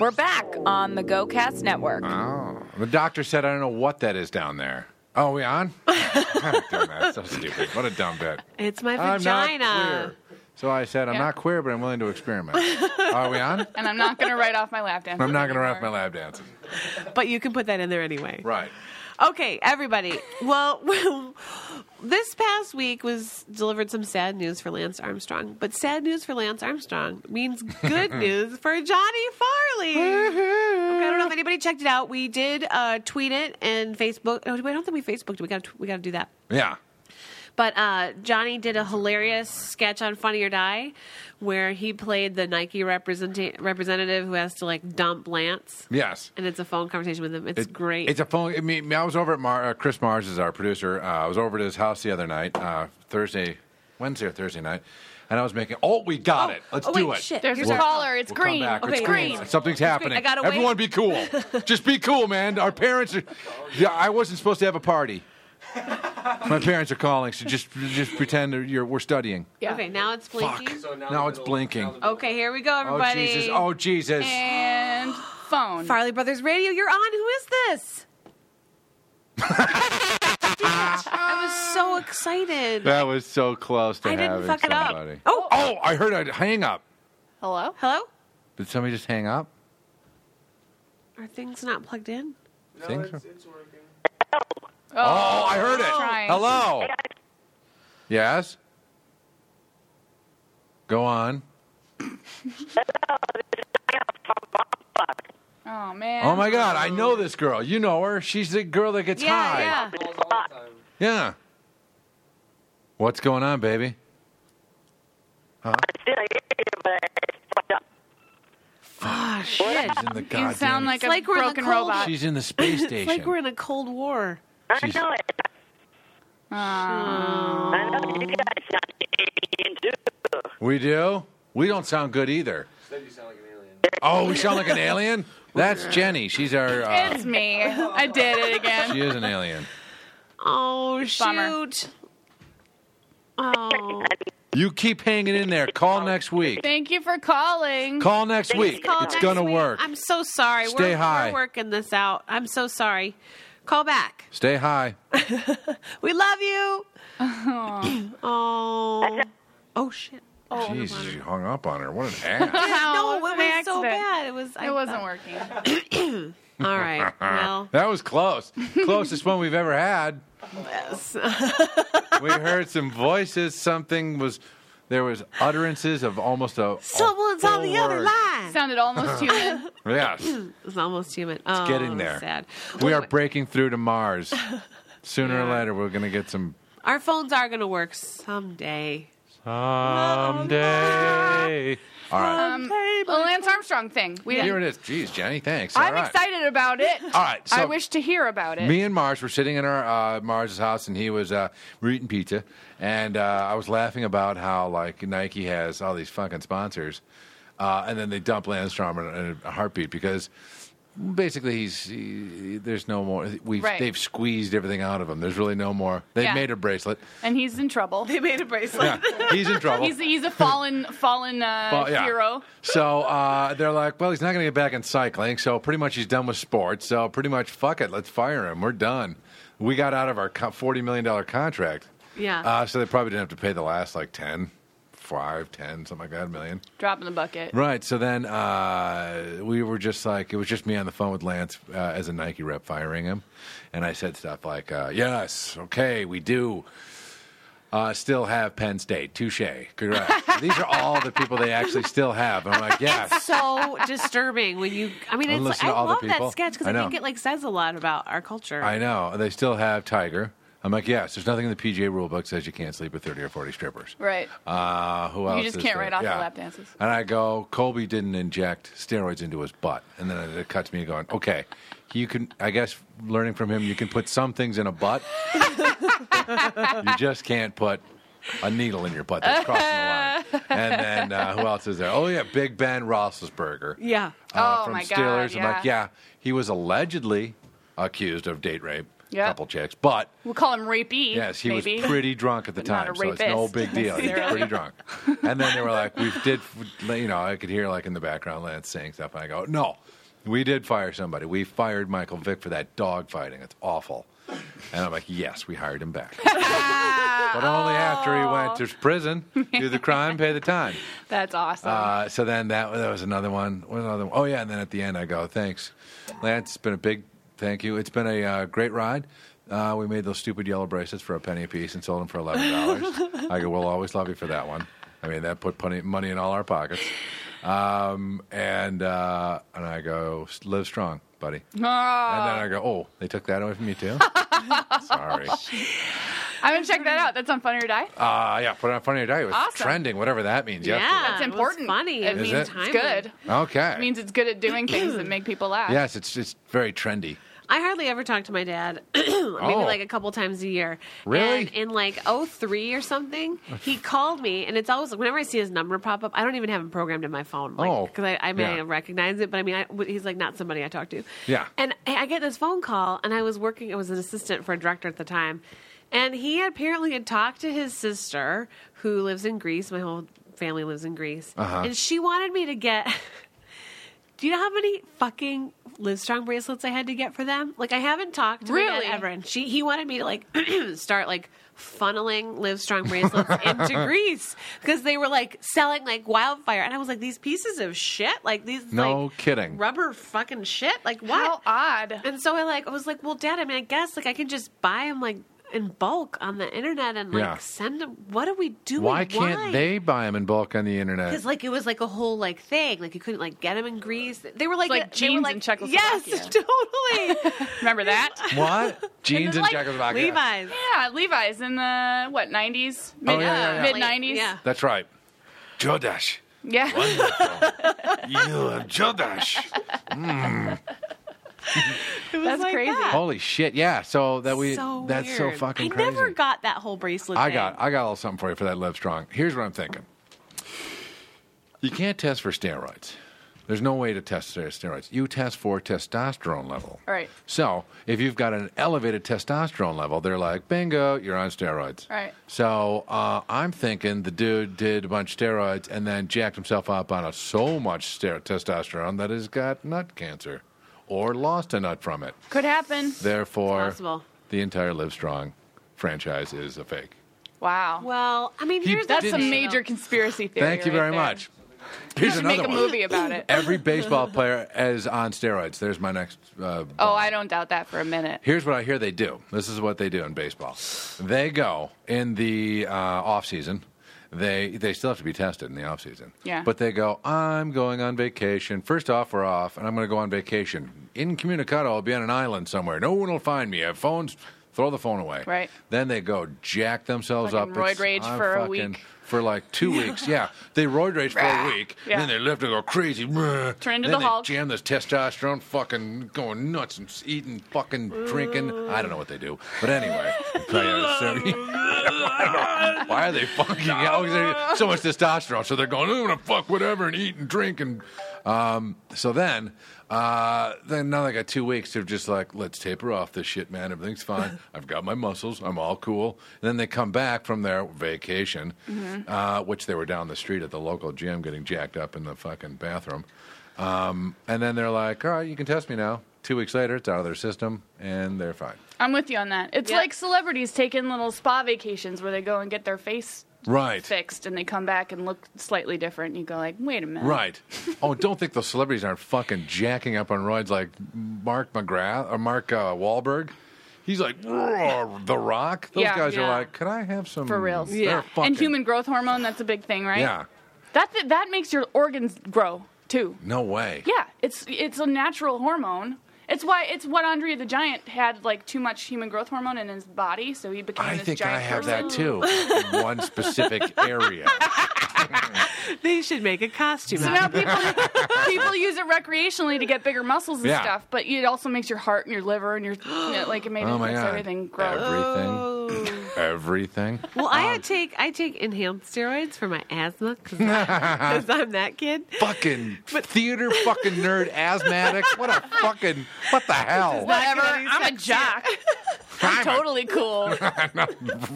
[SPEAKER 5] We're back on the GoCast Network.
[SPEAKER 1] Oh, the doctor said I don't know what that is down there. Oh, we on? God damn, that's so stupid. What a dumb bit.
[SPEAKER 2] It's my
[SPEAKER 1] I'm not
[SPEAKER 2] vagina.
[SPEAKER 1] queer. So I said, I'm
[SPEAKER 3] Yeah.
[SPEAKER 1] not queer, but I'm willing to experiment. Are we on?
[SPEAKER 3] And I'm not gonna write off my lap dance.
[SPEAKER 1] I'm not going to wrap my lap dances.
[SPEAKER 2] But you can put that in there anyway.
[SPEAKER 1] Right.
[SPEAKER 2] Okay, everybody. Well, this past week was delivered some sad news for Lance Armstrong, but sad news for Lance Armstrong means good news for Johnny Farley. okay, I don't know if anybody checked it out. We did uh, tweet it and Facebook. Oh, wait, I don't think we Facebooked. it. We got we got to do that.
[SPEAKER 1] Yeah.
[SPEAKER 2] But uh, Johnny did a hilarious sketch on Funny or Die, where he played the Nike represent- representative who has to like dump Lance,
[SPEAKER 1] Yes.
[SPEAKER 2] and it's a phone conversation with him. It's
[SPEAKER 1] It-
[SPEAKER 2] great.
[SPEAKER 1] It's a phone. I mean, I was over at Mar- uh, Chris Mars is our producer. Uh, I was over to his house the other night, uh, Thursday, Wednesday or Thursday night, and I was making. Oh, we got it. Let's
[SPEAKER 2] oh,
[SPEAKER 1] do
[SPEAKER 2] wait,
[SPEAKER 1] it.
[SPEAKER 2] shit.
[SPEAKER 3] There's
[SPEAKER 2] Here's
[SPEAKER 3] a
[SPEAKER 2] our-
[SPEAKER 3] caller. It's
[SPEAKER 1] We'll come
[SPEAKER 3] green.
[SPEAKER 1] back.
[SPEAKER 2] Okay,
[SPEAKER 1] It's green.
[SPEAKER 2] green.
[SPEAKER 1] Something's
[SPEAKER 2] green.
[SPEAKER 1] happening.
[SPEAKER 2] I gotta wait.
[SPEAKER 1] Everyone be cool. Just be cool, man. Our parents are. Yeah, I wasn't supposed to have a party. My parents are calling, so just just pretend that you're we're studying.
[SPEAKER 3] Yeah.
[SPEAKER 2] Okay, now it's blinking.
[SPEAKER 1] now, it's blinking.
[SPEAKER 2] Okay, here we go,
[SPEAKER 1] oh
[SPEAKER 2] everybody.
[SPEAKER 1] Jesus! Oh Jesus!
[SPEAKER 3] And phone.
[SPEAKER 2] Farley Brothers Radio, you're on. Who is this? I was so excited.
[SPEAKER 1] That was so close to
[SPEAKER 2] I
[SPEAKER 1] having
[SPEAKER 2] didn't fuck
[SPEAKER 1] somebody.
[SPEAKER 2] it up. Oh,
[SPEAKER 1] Oh, I heard a hang up.
[SPEAKER 3] Hello.
[SPEAKER 2] hello?
[SPEAKER 1] Did somebody just hang up?
[SPEAKER 2] Are things not plugged in?
[SPEAKER 1] Think so?
[SPEAKER 3] Oh,
[SPEAKER 1] Oh, I heard it.
[SPEAKER 3] Trying.
[SPEAKER 1] Hello. Yes. Go on.
[SPEAKER 3] Oh man.
[SPEAKER 1] Oh my God! I know this girl. You know her. She's the girl that gets high.
[SPEAKER 2] yeah, yeah.
[SPEAKER 1] Yeah. What's going on, baby?
[SPEAKER 2] Oh, shit.
[SPEAKER 1] She's in the
[SPEAKER 3] You
[SPEAKER 1] goddamn.
[SPEAKER 3] sound like a
[SPEAKER 2] like we're in the
[SPEAKER 3] broken
[SPEAKER 2] cold-
[SPEAKER 3] robot.
[SPEAKER 1] She's in the space station.
[SPEAKER 2] It's like we're in a Cold War.
[SPEAKER 1] She's- We do. We don't sound good either. Oh, we sound like an alien. That's Jenny. She's our. Uh,
[SPEAKER 3] It's me. I did it
[SPEAKER 1] she
[SPEAKER 3] again.
[SPEAKER 1] is an alien.
[SPEAKER 2] Oh,
[SPEAKER 3] Bummer.
[SPEAKER 2] shoot. Oh.
[SPEAKER 1] You keep hanging in there. Call next week.
[SPEAKER 3] Thank you for calling.
[SPEAKER 1] Call next week.
[SPEAKER 2] Call
[SPEAKER 1] It's
[SPEAKER 2] next
[SPEAKER 1] gonna
[SPEAKER 2] week.
[SPEAKER 1] work.
[SPEAKER 2] I'm so sorry.
[SPEAKER 1] Stay
[SPEAKER 2] we're,
[SPEAKER 1] high.
[SPEAKER 2] we're working this out. I'm so sorry. Call back.
[SPEAKER 1] Stay high.
[SPEAKER 2] We love you. Oh. Oh shit. Oh,
[SPEAKER 1] Jeez, you hung up on her. What an ass.
[SPEAKER 2] no,
[SPEAKER 3] Oh,
[SPEAKER 2] it
[SPEAKER 3] it
[SPEAKER 2] was
[SPEAKER 3] was an
[SPEAKER 2] so
[SPEAKER 3] accident.
[SPEAKER 2] bad. It was. I
[SPEAKER 3] It wasn't
[SPEAKER 2] thought-
[SPEAKER 3] working.
[SPEAKER 2] All right. Well,
[SPEAKER 1] That was close. Closest one we've ever had. we heard some voices. Something was. There was utterances of almost a.
[SPEAKER 2] someone's
[SPEAKER 1] a
[SPEAKER 2] on the
[SPEAKER 1] full
[SPEAKER 2] other
[SPEAKER 1] word.
[SPEAKER 2] line.
[SPEAKER 3] Sounded almost human.
[SPEAKER 1] Yes.
[SPEAKER 2] It's almost human. Oh,
[SPEAKER 1] getting there.
[SPEAKER 2] Sad.
[SPEAKER 1] We
[SPEAKER 2] Wait,
[SPEAKER 1] are
[SPEAKER 2] wait.
[SPEAKER 1] breaking through to Mars. Sooner or
[SPEAKER 2] Yeah.
[SPEAKER 1] later, we're going to get some.
[SPEAKER 2] Our phones are gonna work someday.
[SPEAKER 1] Someday. All right.
[SPEAKER 3] Um, the Lance Armstrong thing. We
[SPEAKER 1] Here
[SPEAKER 3] didn't.
[SPEAKER 1] it is. Jeez, Jenny, thanks. All
[SPEAKER 3] I'm
[SPEAKER 1] right.
[SPEAKER 3] excited about it.
[SPEAKER 1] All right. So
[SPEAKER 3] I wish to hear about it.
[SPEAKER 1] me and Mars were sitting in our uh, Mars's house, and he was uh, we were eating pizza, and uh, I was laughing about how like Nike has all these fucking sponsors, uh, and then they dump Landstrom in, in a heartbeat because. Basically, he's he, there's no more. We've
[SPEAKER 3] Right.
[SPEAKER 1] they've squeezed everything out of him. There's really no more. They
[SPEAKER 3] Yeah.
[SPEAKER 1] made a bracelet.
[SPEAKER 3] and he's in trouble.
[SPEAKER 2] They made a bracelet.
[SPEAKER 1] Yeah, he's in trouble.
[SPEAKER 3] He's he's a fallen fallen uh,
[SPEAKER 1] Well, yeah.
[SPEAKER 3] hero.
[SPEAKER 1] So uh, they're like, well, he's not going to get back in cycling. So pretty much he's done with sports. So pretty much, fuck it. Let's fire him. We're done. We got out of our co- $40 million contract.
[SPEAKER 2] Yeah.
[SPEAKER 1] Uh, so they probably didn't have to pay the last like 10, 5, 10, something like that, million.
[SPEAKER 3] Drop in the bucket.
[SPEAKER 1] Right. So then uh, we were just like, it was just me on the phone with Lance uh, as a Nike rep firing him. And I said stuff like, uh, yes, okay, we do. Uh, still have Penn State. Touche. Correct. These are all the people they actually still have. And I'm like, yes.
[SPEAKER 2] so disturbing when you. I mean,
[SPEAKER 1] And
[SPEAKER 2] it's like,
[SPEAKER 1] listen
[SPEAKER 2] I
[SPEAKER 1] to all the
[SPEAKER 2] love
[SPEAKER 1] people.
[SPEAKER 2] that sketch because
[SPEAKER 1] I
[SPEAKER 2] I,
[SPEAKER 1] know.
[SPEAKER 2] think it like says a lot about our culture.
[SPEAKER 1] I know. They still have Tiger. I'm like, yes, there's nothing in the PGA rule book says you can't sleep with 30 or 40 strippers.
[SPEAKER 3] Right.
[SPEAKER 1] Uh, who else?
[SPEAKER 3] you just
[SPEAKER 1] is
[SPEAKER 3] can't
[SPEAKER 1] there?
[SPEAKER 3] write off
[SPEAKER 1] Yeah.
[SPEAKER 3] the lap dances.
[SPEAKER 1] And I go, Colby didn't inject steroids into his butt. And then it cuts me going, okay, you can, I guess, learning from him, you can put some things in a butt. you just can't put a needle in your butt. That's crossing the line. And then uh, who else is there? Oh, yeah, Big Ben Roethlisberger.
[SPEAKER 2] Yeah.
[SPEAKER 1] Uh,
[SPEAKER 3] Oh,
[SPEAKER 1] from
[SPEAKER 3] my God,
[SPEAKER 1] Steelers. I'm like,
[SPEAKER 3] yeah.
[SPEAKER 1] yeah, he was allegedly accused of date rape.
[SPEAKER 3] Yeah.
[SPEAKER 1] Couple chicks, but
[SPEAKER 3] We'll call him rapey.
[SPEAKER 1] Yes, he
[SPEAKER 3] maybe.
[SPEAKER 1] was pretty drunk at the
[SPEAKER 3] But not
[SPEAKER 1] time,
[SPEAKER 3] a
[SPEAKER 1] so it's no
[SPEAKER 3] rapist,
[SPEAKER 1] big deal. He was
[SPEAKER 3] necessarily.
[SPEAKER 1] pretty drunk. And then they were like, "We did," you know, I could hear like in the background Lance saying stuff, and I go, "No, we did fire somebody. We fired Michael Vick for that dog fighting. It's awful." And I'm like, "Yes, we hired him back, but only after he went to prison, do the crime, pay the time."
[SPEAKER 3] That's awesome.
[SPEAKER 1] Uh, so then that, that was another one. What was another one? Oh yeah, and then at the end I go, thanks, Lance. It's been a big Thank you. It's been a uh, great ride. Uh, we made those stupid yellow bracelets for a penny apiece and sold them for eleven dollars. I go, we'll always love you for that one. I mean, that put plenty money in all our pockets. Um, and uh, and I go, live strong, buddy. And then I go, oh, they took that away from you too. Sorry.
[SPEAKER 3] I'm gonna check that out. That's on Funny or Die.
[SPEAKER 1] Uh, yeah, put it on funny or die. It was
[SPEAKER 3] Awesome.
[SPEAKER 1] trending, whatever that means.
[SPEAKER 2] Yeah,
[SPEAKER 1] yesterday.
[SPEAKER 3] It's
[SPEAKER 2] it was
[SPEAKER 3] important.
[SPEAKER 2] funny.
[SPEAKER 3] It
[SPEAKER 2] Is
[SPEAKER 3] means
[SPEAKER 1] it?
[SPEAKER 3] it's good.
[SPEAKER 1] Okay.
[SPEAKER 3] It means it's good at doing things that make people laugh.
[SPEAKER 1] yes, it's it's very trendy.
[SPEAKER 2] I hardly ever talk to my dad, maybe like a couple times a year.
[SPEAKER 1] Oh. Really?
[SPEAKER 2] And in like '03 or something, he called me, and it's always like whenever I see his number pop up, I don't even have him programmed in my phone. Like,
[SPEAKER 1] Oh,
[SPEAKER 2] Because I, I may
[SPEAKER 1] yeah.
[SPEAKER 2] recognize it, but I mean, I, but he's like not somebody I talk to.
[SPEAKER 1] Yeah.
[SPEAKER 2] And I I get this phone call, and I was working, I was an assistant for a director at the time, and he apparently had talked to his sister who lives in Greece. My whole family lives in Greece.
[SPEAKER 1] Uh-huh.
[SPEAKER 2] And she wanted me to get. Do you know how many fucking Livestrong bracelets I had to get for them? Like I haven't talked to my
[SPEAKER 3] Really?
[SPEAKER 2] dad ever, and she he wanted me to like start like funneling Livestrong bracelets into Greece because they were like selling like wildfire, and I was like these pieces of shit, like these
[SPEAKER 1] No
[SPEAKER 2] like,
[SPEAKER 1] kidding.
[SPEAKER 2] rubber fucking shit, like
[SPEAKER 3] How
[SPEAKER 2] what?
[SPEAKER 3] odd.
[SPEAKER 2] And so I like I was like, well, Dad, I mean, I guess like I can just buy them like in bulk on the internet and like
[SPEAKER 1] Yeah.
[SPEAKER 2] send them. What are we doing?
[SPEAKER 1] Why can't
[SPEAKER 2] Why?
[SPEAKER 1] they buy them in bulk on the internet?
[SPEAKER 2] Because like it was like a whole like thing. Like you couldn't like get them in Greece. They were like
[SPEAKER 3] Like
[SPEAKER 2] a- they
[SPEAKER 3] jeans
[SPEAKER 2] were, like,
[SPEAKER 3] in Czechoslovakia.
[SPEAKER 2] Yes, totally.
[SPEAKER 3] Remember that?
[SPEAKER 1] What? Jeans
[SPEAKER 3] then,
[SPEAKER 1] and
[SPEAKER 3] like,
[SPEAKER 1] Czechoslovakia.
[SPEAKER 2] Levi's.
[SPEAKER 3] Yeah, Levi's in the what nineties, mid
[SPEAKER 1] Oh, yeah, yeah, yeah.
[SPEAKER 3] mid nineties.
[SPEAKER 2] Yeah.
[SPEAKER 1] That's right. Jodash.
[SPEAKER 3] yeah.
[SPEAKER 1] You have Jodash.
[SPEAKER 2] It was
[SPEAKER 3] That's
[SPEAKER 2] like
[SPEAKER 3] crazy.
[SPEAKER 2] That.
[SPEAKER 1] Holy shit! Yeah. So that we.
[SPEAKER 2] So
[SPEAKER 1] that's
[SPEAKER 2] weird.
[SPEAKER 1] so fucking
[SPEAKER 2] I
[SPEAKER 1] crazy.
[SPEAKER 2] never got that whole bracelet.
[SPEAKER 1] I
[SPEAKER 2] thing.
[SPEAKER 1] got. I got a little something for you for that. Live strong. Here's what I'm thinking. You can't test for steroids. There's no way to test for steroids. You test for testosterone level.
[SPEAKER 3] Right.
[SPEAKER 1] So if you've got an elevated testosterone level, they're like, bingo, you're on steroids.
[SPEAKER 3] Right.
[SPEAKER 1] So uh, I'm thinking the dude did a bunch of steroids and then jacked himself up on a, so much ster- testosterone that he's got nut cancer or lost a nut from it.
[SPEAKER 3] Could happen.
[SPEAKER 1] Therefore,
[SPEAKER 2] It's possible.
[SPEAKER 1] the entire Livestrong franchise is a fake.
[SPEAKER 3] Wow.
[SPEAKER 2] Well, I mean,
[SPEAKER 1] He
[SPEAKER 2] here's
[SPEAKER 1] did
[SPEAKER 3] That's
[SPEAKER 2] the
[SPEAKER 3] a
[SPEAKER 1] Didn't-
[SPEAKER 2] thing,
[SPEAKER 3] major
[SPEAKER 2] though.
[SPEAKER 3] conspiracy theory.
[SPEAKER 1] Thank you
[SPEAKER 3] right
[SPEAKER 1] very
[SPEAKER 3] there.
[SPEAKER 1] much. Here's
[SPEAKER 3] Make
[SPEAKER 1] another
[SPEAKER 3] a
[SPEAKER 1] one.
[SPEAKER 3] movie about it.
[SPEAKER 1] Every baseball player is on steroids. There's my next. Uh,
[SPEAKER 3] Oh, I don't doubt that for a minute.
[SPEAKER 1] Here's what I hear they do. This is what they do in baseball. They go in the uh, off season. They they still have to be tested in the off season.
[SPEAKER 3] Yeah.
[SPEAKER 1] But they go. I'm going on vacation. First off, we're off, and I'm going to go on vacation. Incommunicado. I'll be on an island somewhere. No one will find me. I have phones. Throw the phone away.
[SPEAKER 3] Right.
[SPEAKER 1] Then they go jack themselves
[SPEAKER 3] Fucking
[SPEAKER 1] up.
[SPEAKER 3] roid
[SPEAKER 1] It's-
[SPEAKER 3] rage
[SPEAKER 1] I'm
[SPEAKER 3] for a
[SPEAKER 1] fucking-
[SPEAKER 3] week.
[SPEAKER 1] For like two weeks, yeah. They roid rage for a
[SPEAKER 3] Rah.
[SPEAKER 1] week,
[SPEAKER 3] Yeah.
[SPEAKER 1] and then they left and go crazy. Turn
[SPEAKER 3] Turn into
[SPEAKER 1] then
[SPEAKER 3] the
[SPEAKER 1] they
[SPEAKER 3] Hulk.
[SPEAKER 1] jam and there's testosterone fucking going nuts and eating fucking drinking i don't know what they do but anyway I assume- why are they fucking out There's so much testosterone so they're going i'm gonna fuck whatever and eat and drink and um, so then uh, then now they got two weeks they're just like let's taper off this shit man everything's fine i've got my muscles i'm all cool and then they come back from their vacation uh, which they were down the street at the local gym getting jacked up in the fucking bathroom um, and then they're like, all right, you can test me now. Two weeks later, it's out of their system, and they're fine.
[SPEAKER 3] I'm with you on that. It's
[SPEAKER 2] Yeah.
[SPEAKER 3] like celebrities taking little spa vacations where they go and get their face
[SPEAKER 1] Right.
[SPEAKER 3] fixed and they come back and look slightly different. You go like, wait a minute.
[SPEAKER 1] Right. oh, don't think those celebrities aren't fucking jacking up on roids like Mark McGrath or Mark uh, Wahlberg. He's like, "Roar, The Rock. Those
[SPEAKER 3] Yeah,
[SPEAKER 1] guys
[SPEAKER 2] yeah.
[SPEAKER 1] are like, could I have some?
[SPEAKER 3] For reals.
[SPEAKER 1] Mm, They're
[SPEAKER 2] Yeah. And
[SPEAKER 1] Fucking,
[SPEAKER 3] And human growth hormone, that's a big thing, right?
[SPEAKER 1] Yeah.
[SPEAKER 3] That that makes your organs grow too.
[SPEAKER 1] No way.
[SPEAKER 3] Yeah, it's it's a natural hormone. It's why it's what Andre the Giant had like too much human growth hormone in his body, so he became
[SPEAKER 1] I
[SPEAKER 3] this
[SPEAKER 1] think
[SPEAKER 3] giant
[SPEAKER 1] I have
[SPEAKER 3] person.
[SPEAKER 1] that too. in one specific area.
[SPEAKER 2] They should make a costume.
[SPEAKER 3] So
[SPEAKER 2] out
[SPEAKER 3] now
[SPEAKER 2] of it.
[SPEAKER 3] people people use it recreationally to get bigger muscles and
[SPEAKER 1] Yeah.
[SPEAKER 3] stuff, but it also makes your heart and your liver and your you know, like it made
[SPEAKER 1] Oh
[SPEAKER 3] it
[SPEAKER 1] my
[SPEAKER 3] makes
[SPEAKER 1] god.
[SPEAKER 3] everything grow.
[SPEAKER 1] Everything. Everything.
[SPEAKER 2] well, I take I take inhaled steroids for my asthma because I'm that kid.
[SPEAKER 1] fucking theater fucking nerd asthmatic. What a fucking what the hell?
[SPEAKER 3] Whatever, I'm a jock.
[SPEAKER 1] I'm a-
[SPEAKER 3] totally cool.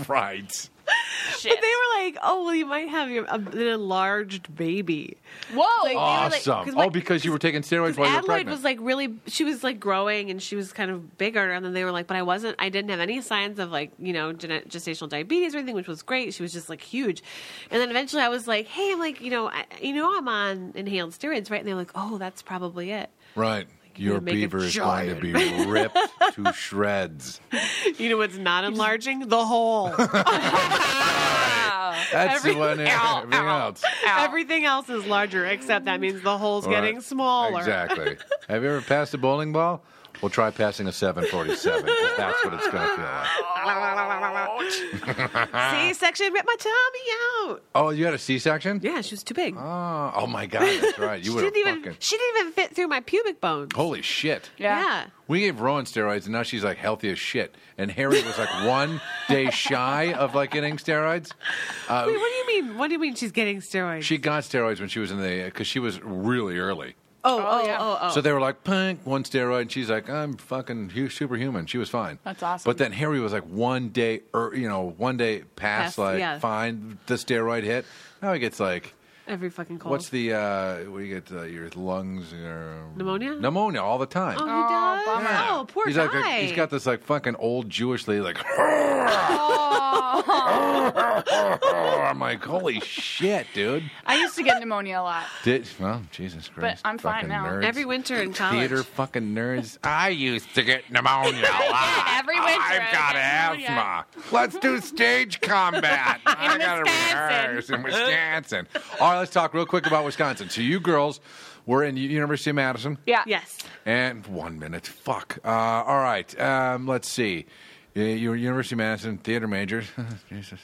[SPEAKER 1] right.
[SPEAKER 2] But they were like, "Oh, well, you might have your- a- an enlarged baby."
[SPEAKER 3] Whoa,
[SPEAKER 1] Awesome.
[SPEAKER 2] 'cause
[SPEAKER 1] oh,
[SPEAKER 2] like-
[SPEAKER 1] because you were taking steroids while you were
[SPEAKER 2] Adelaide
[SPEAKER 1] pregnant.
[SPEAKER 2] was like really, she was like growing and she was kind of bigger. And then they were like, but I wasn't, I didn't have any signs of like, you know, gene- gestational diabetes or anything, which was great. She was just like huge. And then eventually I was like, hey, I'm like, you know, I, you know, I'm on inhaled steroids, right? And they're like, oh, that's probably it.
[SPEAKER 1] right. your
[SPEAKER 2] make it
[SPEAKER 1] beaver is going to be ripped to shreds.
[SPEAKER 2] You know what's not enlarging? The hole.
[SPEAKER 1] That's the one.
[SPEAKER 2] Ow,
[SPEAKER 1] Everything
[SPEAKER 2] ow.
[SPEAKER 1] else.
[SPEAKER 2] Everything else is larger, except that means the hole's
[SPEAKER 1] Right.
[SPEAKER 2] getting smaller.
[SPEAKER 1] Exactly. Have you ever passed a bowling ball? Well, try passing a 747. 'cause That's what it's going to feel like. Ah.
[SPEAKER 2] C section ripped my tummy out.
[SPEAKER 1] Oh, you had a C-section?
[SPEAKER 2] Yeah, she was too big.
[SPEAKER 1] Oh, oh my God, that's right. You
[SPEAKER 2] she
[SPEAKER 1] would have
[SPEAKER 2] didn't even.
[SPEAKER 1] fucking.
[SPEAKER 2] She didn't even fit through my pubic bone.
[SPEAKER 1] Holy shit.
[SPEAKER 3] Yeah.
[SPEAKER 1] We gave Rowan steroids, and now she's like healthy as shit. And Harry was like one day shy of like getting steroids.
[SPEAKER 2] Wait, what do you mean? What do you mean she's getting steroids?
[SPEAKER 1] She got steroids when she was in the because she was really early.
[SPEAKER 2] oh, oh,
[SPEAKER 3] yeah.
[SPEAKER 2] oh, oh.
[SPEAKER 1] So they were like, "Punk, one steroid," and she's like, "I'm fucking hu- superhuman." She was fine.
[SPEAKER 3] That's awesome.
[SPEAKER 1] But then Harry was like, one day, er, you know, one day past,
[SPEAKER 2] Past,
[SPEAKER 1] like,
[SPEAKER 2] yeah.
[SPEAKER 1] fine, the steroid hit. Now he gets like,
[SPEAKER 2] Every fucking cold.
[SPEAKER 1] what's the? uh What do you get? Uh, your lungs? Your
[SPEAKER 2] Pneumonia?
[SPEAKER 1] Pneumonia all the time.
[SPEAKER 2] Oh, he does.
[SPEAKER 3] bummer.
[SPEAKER 2] Oh, poor
[SPEAKER 1] he's
[SPEAKER 2] guy.
[SPEAKER 1] like, like, he's got this like fucking old Jewish lady like.
[SPEAKER 2] Oh.
[SPEAKER 1] I'm like, holy shit, dude!
[SPEAKER 3] I used to get pneumonia a lot.
[SPEAKER 1] Did well, Jesus Christ!
[SPEAKER 3] I'm fine
[SPEAKER 1] fucking
[SPEAKER 3] now.
[SPEAKER 1] Nerds.
[SPEAKER 2] every winter in college.
[SPEAKER 1] Theater fucking nerds. I used to get pneumonia. I
[SPEAKER 3] every winter
[SPEAKER 1] I've
[SPEAKER 3] I
[SPEAKER 1] got
[SPEAKER 3] get pneumonia.
[SPEAKER 1] asthma. Let's do stage combat. I got to
[SPEAKER 3] Wisconsin.
[SPEAKER 1] rehearse in Wisconsin. All right, let's talk real quick about Wisconsin. So you girls were in U- University of Madison.
[SPEAKER 3] Yeah.
[SPEAKER 2] Yes.
[SPEAKER 1] And one minute. Fuck. Uh, all right. Um, let's see. Uh, You were University of Madison, theater major. Jesus.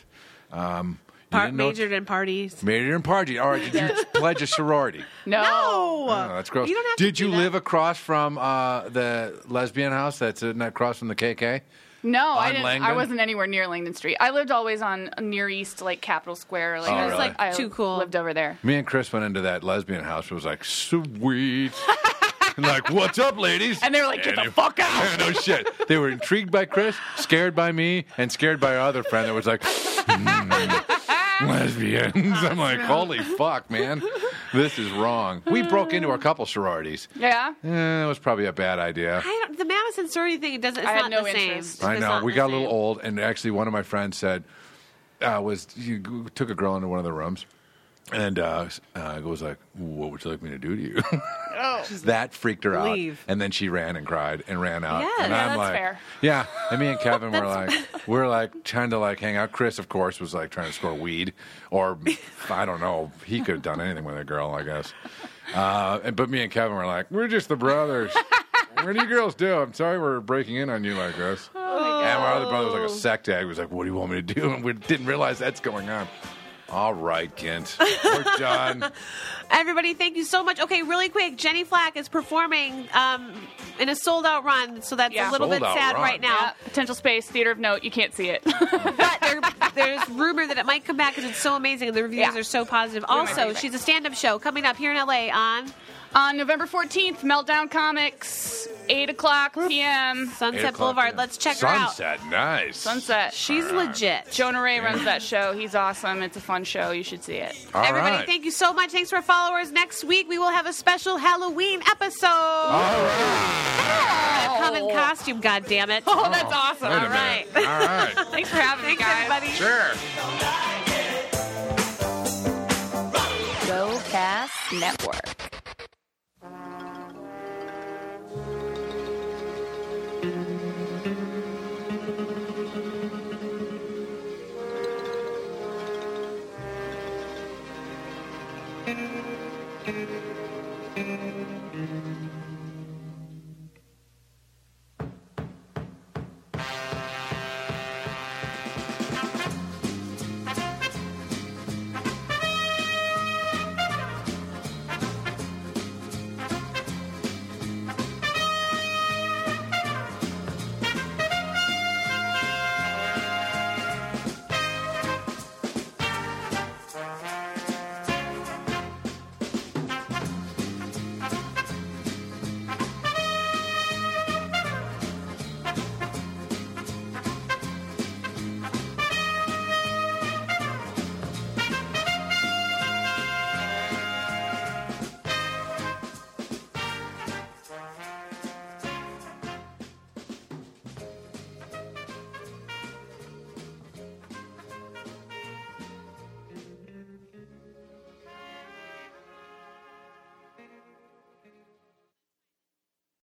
[SPEAKER 1] Um, you
[SPEAKER 2] Part
[SPEAKER 1] didn't know-
[SPEAKER 2] majored in parties.
[SPEAKER 1] Majored in party. All right. Did you pledge a sorority?
[SPEAKER 3] No.
[SPEAKER 2] No.
[SPEAKER 1] Oh, that's gross.
[SPEAKER 2] You don't have
[SPEAKER 1] Did
[SPEAKER 2] to
[SPEAKER 1] you
[SPEAKER 2] do that.
[SPEAKER 1] live across from uh, the lesbian house that's uh, not across from the KK?
[SPEAKER 3] No, I
[SPEAKER 1] On
[SPEAKER 3] didn't. I
[SPEAKER 1] Langdon?
[SPEAKER 3] wasn't anywhere near Langdon Street. I lived always on near East, like Capitol Square. Like,
[SPEAKER 1] Oh,
[SPEAKER 3] I
[SPEAKER 1] really?
[SPEAKER 3] like I
[SPEAKER 2] Too cool.
[SPEAKER 3] Lived over there.
[SPEAKER 1] Me and Chris went into that lesbian house. It was like, sweet. like, what's up, ladies?
[SPEAKER 3] And they were like, "Get the
[SPEAKER 1] fuck out. no shit. They were intrigued by Chris, scared by me, and scared by our other friend that was like, "Hmm, lesbians. I'm like, holy fuck, man. This is wrong. We broke into a couple sororities.
[SPEAKER 3] Yeah.
[SPEAKER 1] Eh, that was probably a bad idea.
[SPEAKER 2] I don't, the Madison sorority thing, it doesn't, it's
[SPEAKER 3] I had
[SPEAKER 2] not
[SPEAKER 3] no
[SPEAKER 2] the same.
[SPEAKER 3] interest.
[SPEAKER 2] It's
[SPEAKER 1] I know.
[SPEAKER 2] not
[SPEAKER 1] We
[SPEAKER 2] the
[SPEAKER 1] got
[SPEAKER 2] same.
[SPEAKER 1] a little old, and actually, one of my friends said, uh, "Was you g- took a girl into one of the rooms." And uh, s- uh, was like, "What would you like me to do to you?" that freaked her out,
[SPEAKER 2] Oh. Leave.
[SPEAKER 1] and then she ran and cried and ran out.
[SPEAKER 2] Yeah,
[SPEAKER 1] and
[SPEAKER 2] yeah,
[SPEAKER 1] I'm
[SPEAKER 3] that's
[SPEAKER 1] like,
[SPEAKER 3] fair.
[SPEAKER 1] "Yeah." And me and Kevin were like, we're like trying to like hang out. Chris, of course, was like trying to score weed, or I don't know. He could have done anything with a girl, I guess. Uh, and- but me and Kevin were like, we're just the brothers. what do you girls do? I'm sorry we're breaking in on you like this.
[SPEAKER 2] Oh.
[SPEAKER 1] And my other brother was like a sack tag. He was like, what do you want me to do? And we didn't realize that's going on. All right, Kent. We're done.
[SPEAKER 2] Everybody, thank you so much. Okay, really quick, Jenny Flack is performing um, in a sold out run, so that's a
[SPEAKER 3] Yeah.
[SPEAKER 2] little bit
[SPEAKER 1] Sold-out
[SPEAKER 2] sad
[SPEAKER 1] run.
[SPEAKER 2] right now.
[SPEAKER 3] Uh, potential space, theater of note. You can't see it.
[SPEAKER 2] But there, there's rumor that it might come back because it's so amazing and the reviews
[SPEAKER 3] Yeah.
[SPEAKER 2] are so positive.
[SPEAKER 3] might be
[SPEAKER 2] Also,
[SPEAKER 3] back.
[SPEAKER 2] she's a stand up show coming up here in LA on
[SPEAKER 3] on November 14th, Meltdown Comics, 8 o'clock p.m.
[SPEAKER 1] Eight
[SPEAKER 2] Sunset
[SPEAKER 1] o'clock,
[SPEAKER 2] Boulevard.
[SPEAKER 1] yeah.
[SPEAKER 2] Let's check her out.
[SPEAKER 1] Sunset. Nice.
[SPEAKER 3] Sunset.
[SPEAKER 2] She's legit.
[SPEAKER 3] Jonah Ray runs that show. He's awesome. It's a fun show. You should see it.
[SPEAKER 1] All
[SPEAKER 2] Everybody,
[SPEAKER 1] right.
[SPEAKER 2] thank you so much. Thanks for our followers. Next week, we will have a special Halloween episode. Come in costume, God damn it!
[SPEAKER 3] Oh, that's awesome.
[SPEAKER 1] Wait a
[SPEAKER 3] All right.
[SPEAKER 1] minute. All right.
[SPEAKER 3] Thanks for having me,
[SPEAKER 2] Thanks,
[SPEAKER 3] guys.
[SPEAKER 2] everybody.
[SPEAKER 1] Sure.
[SPEAKER 5] GoCast Network.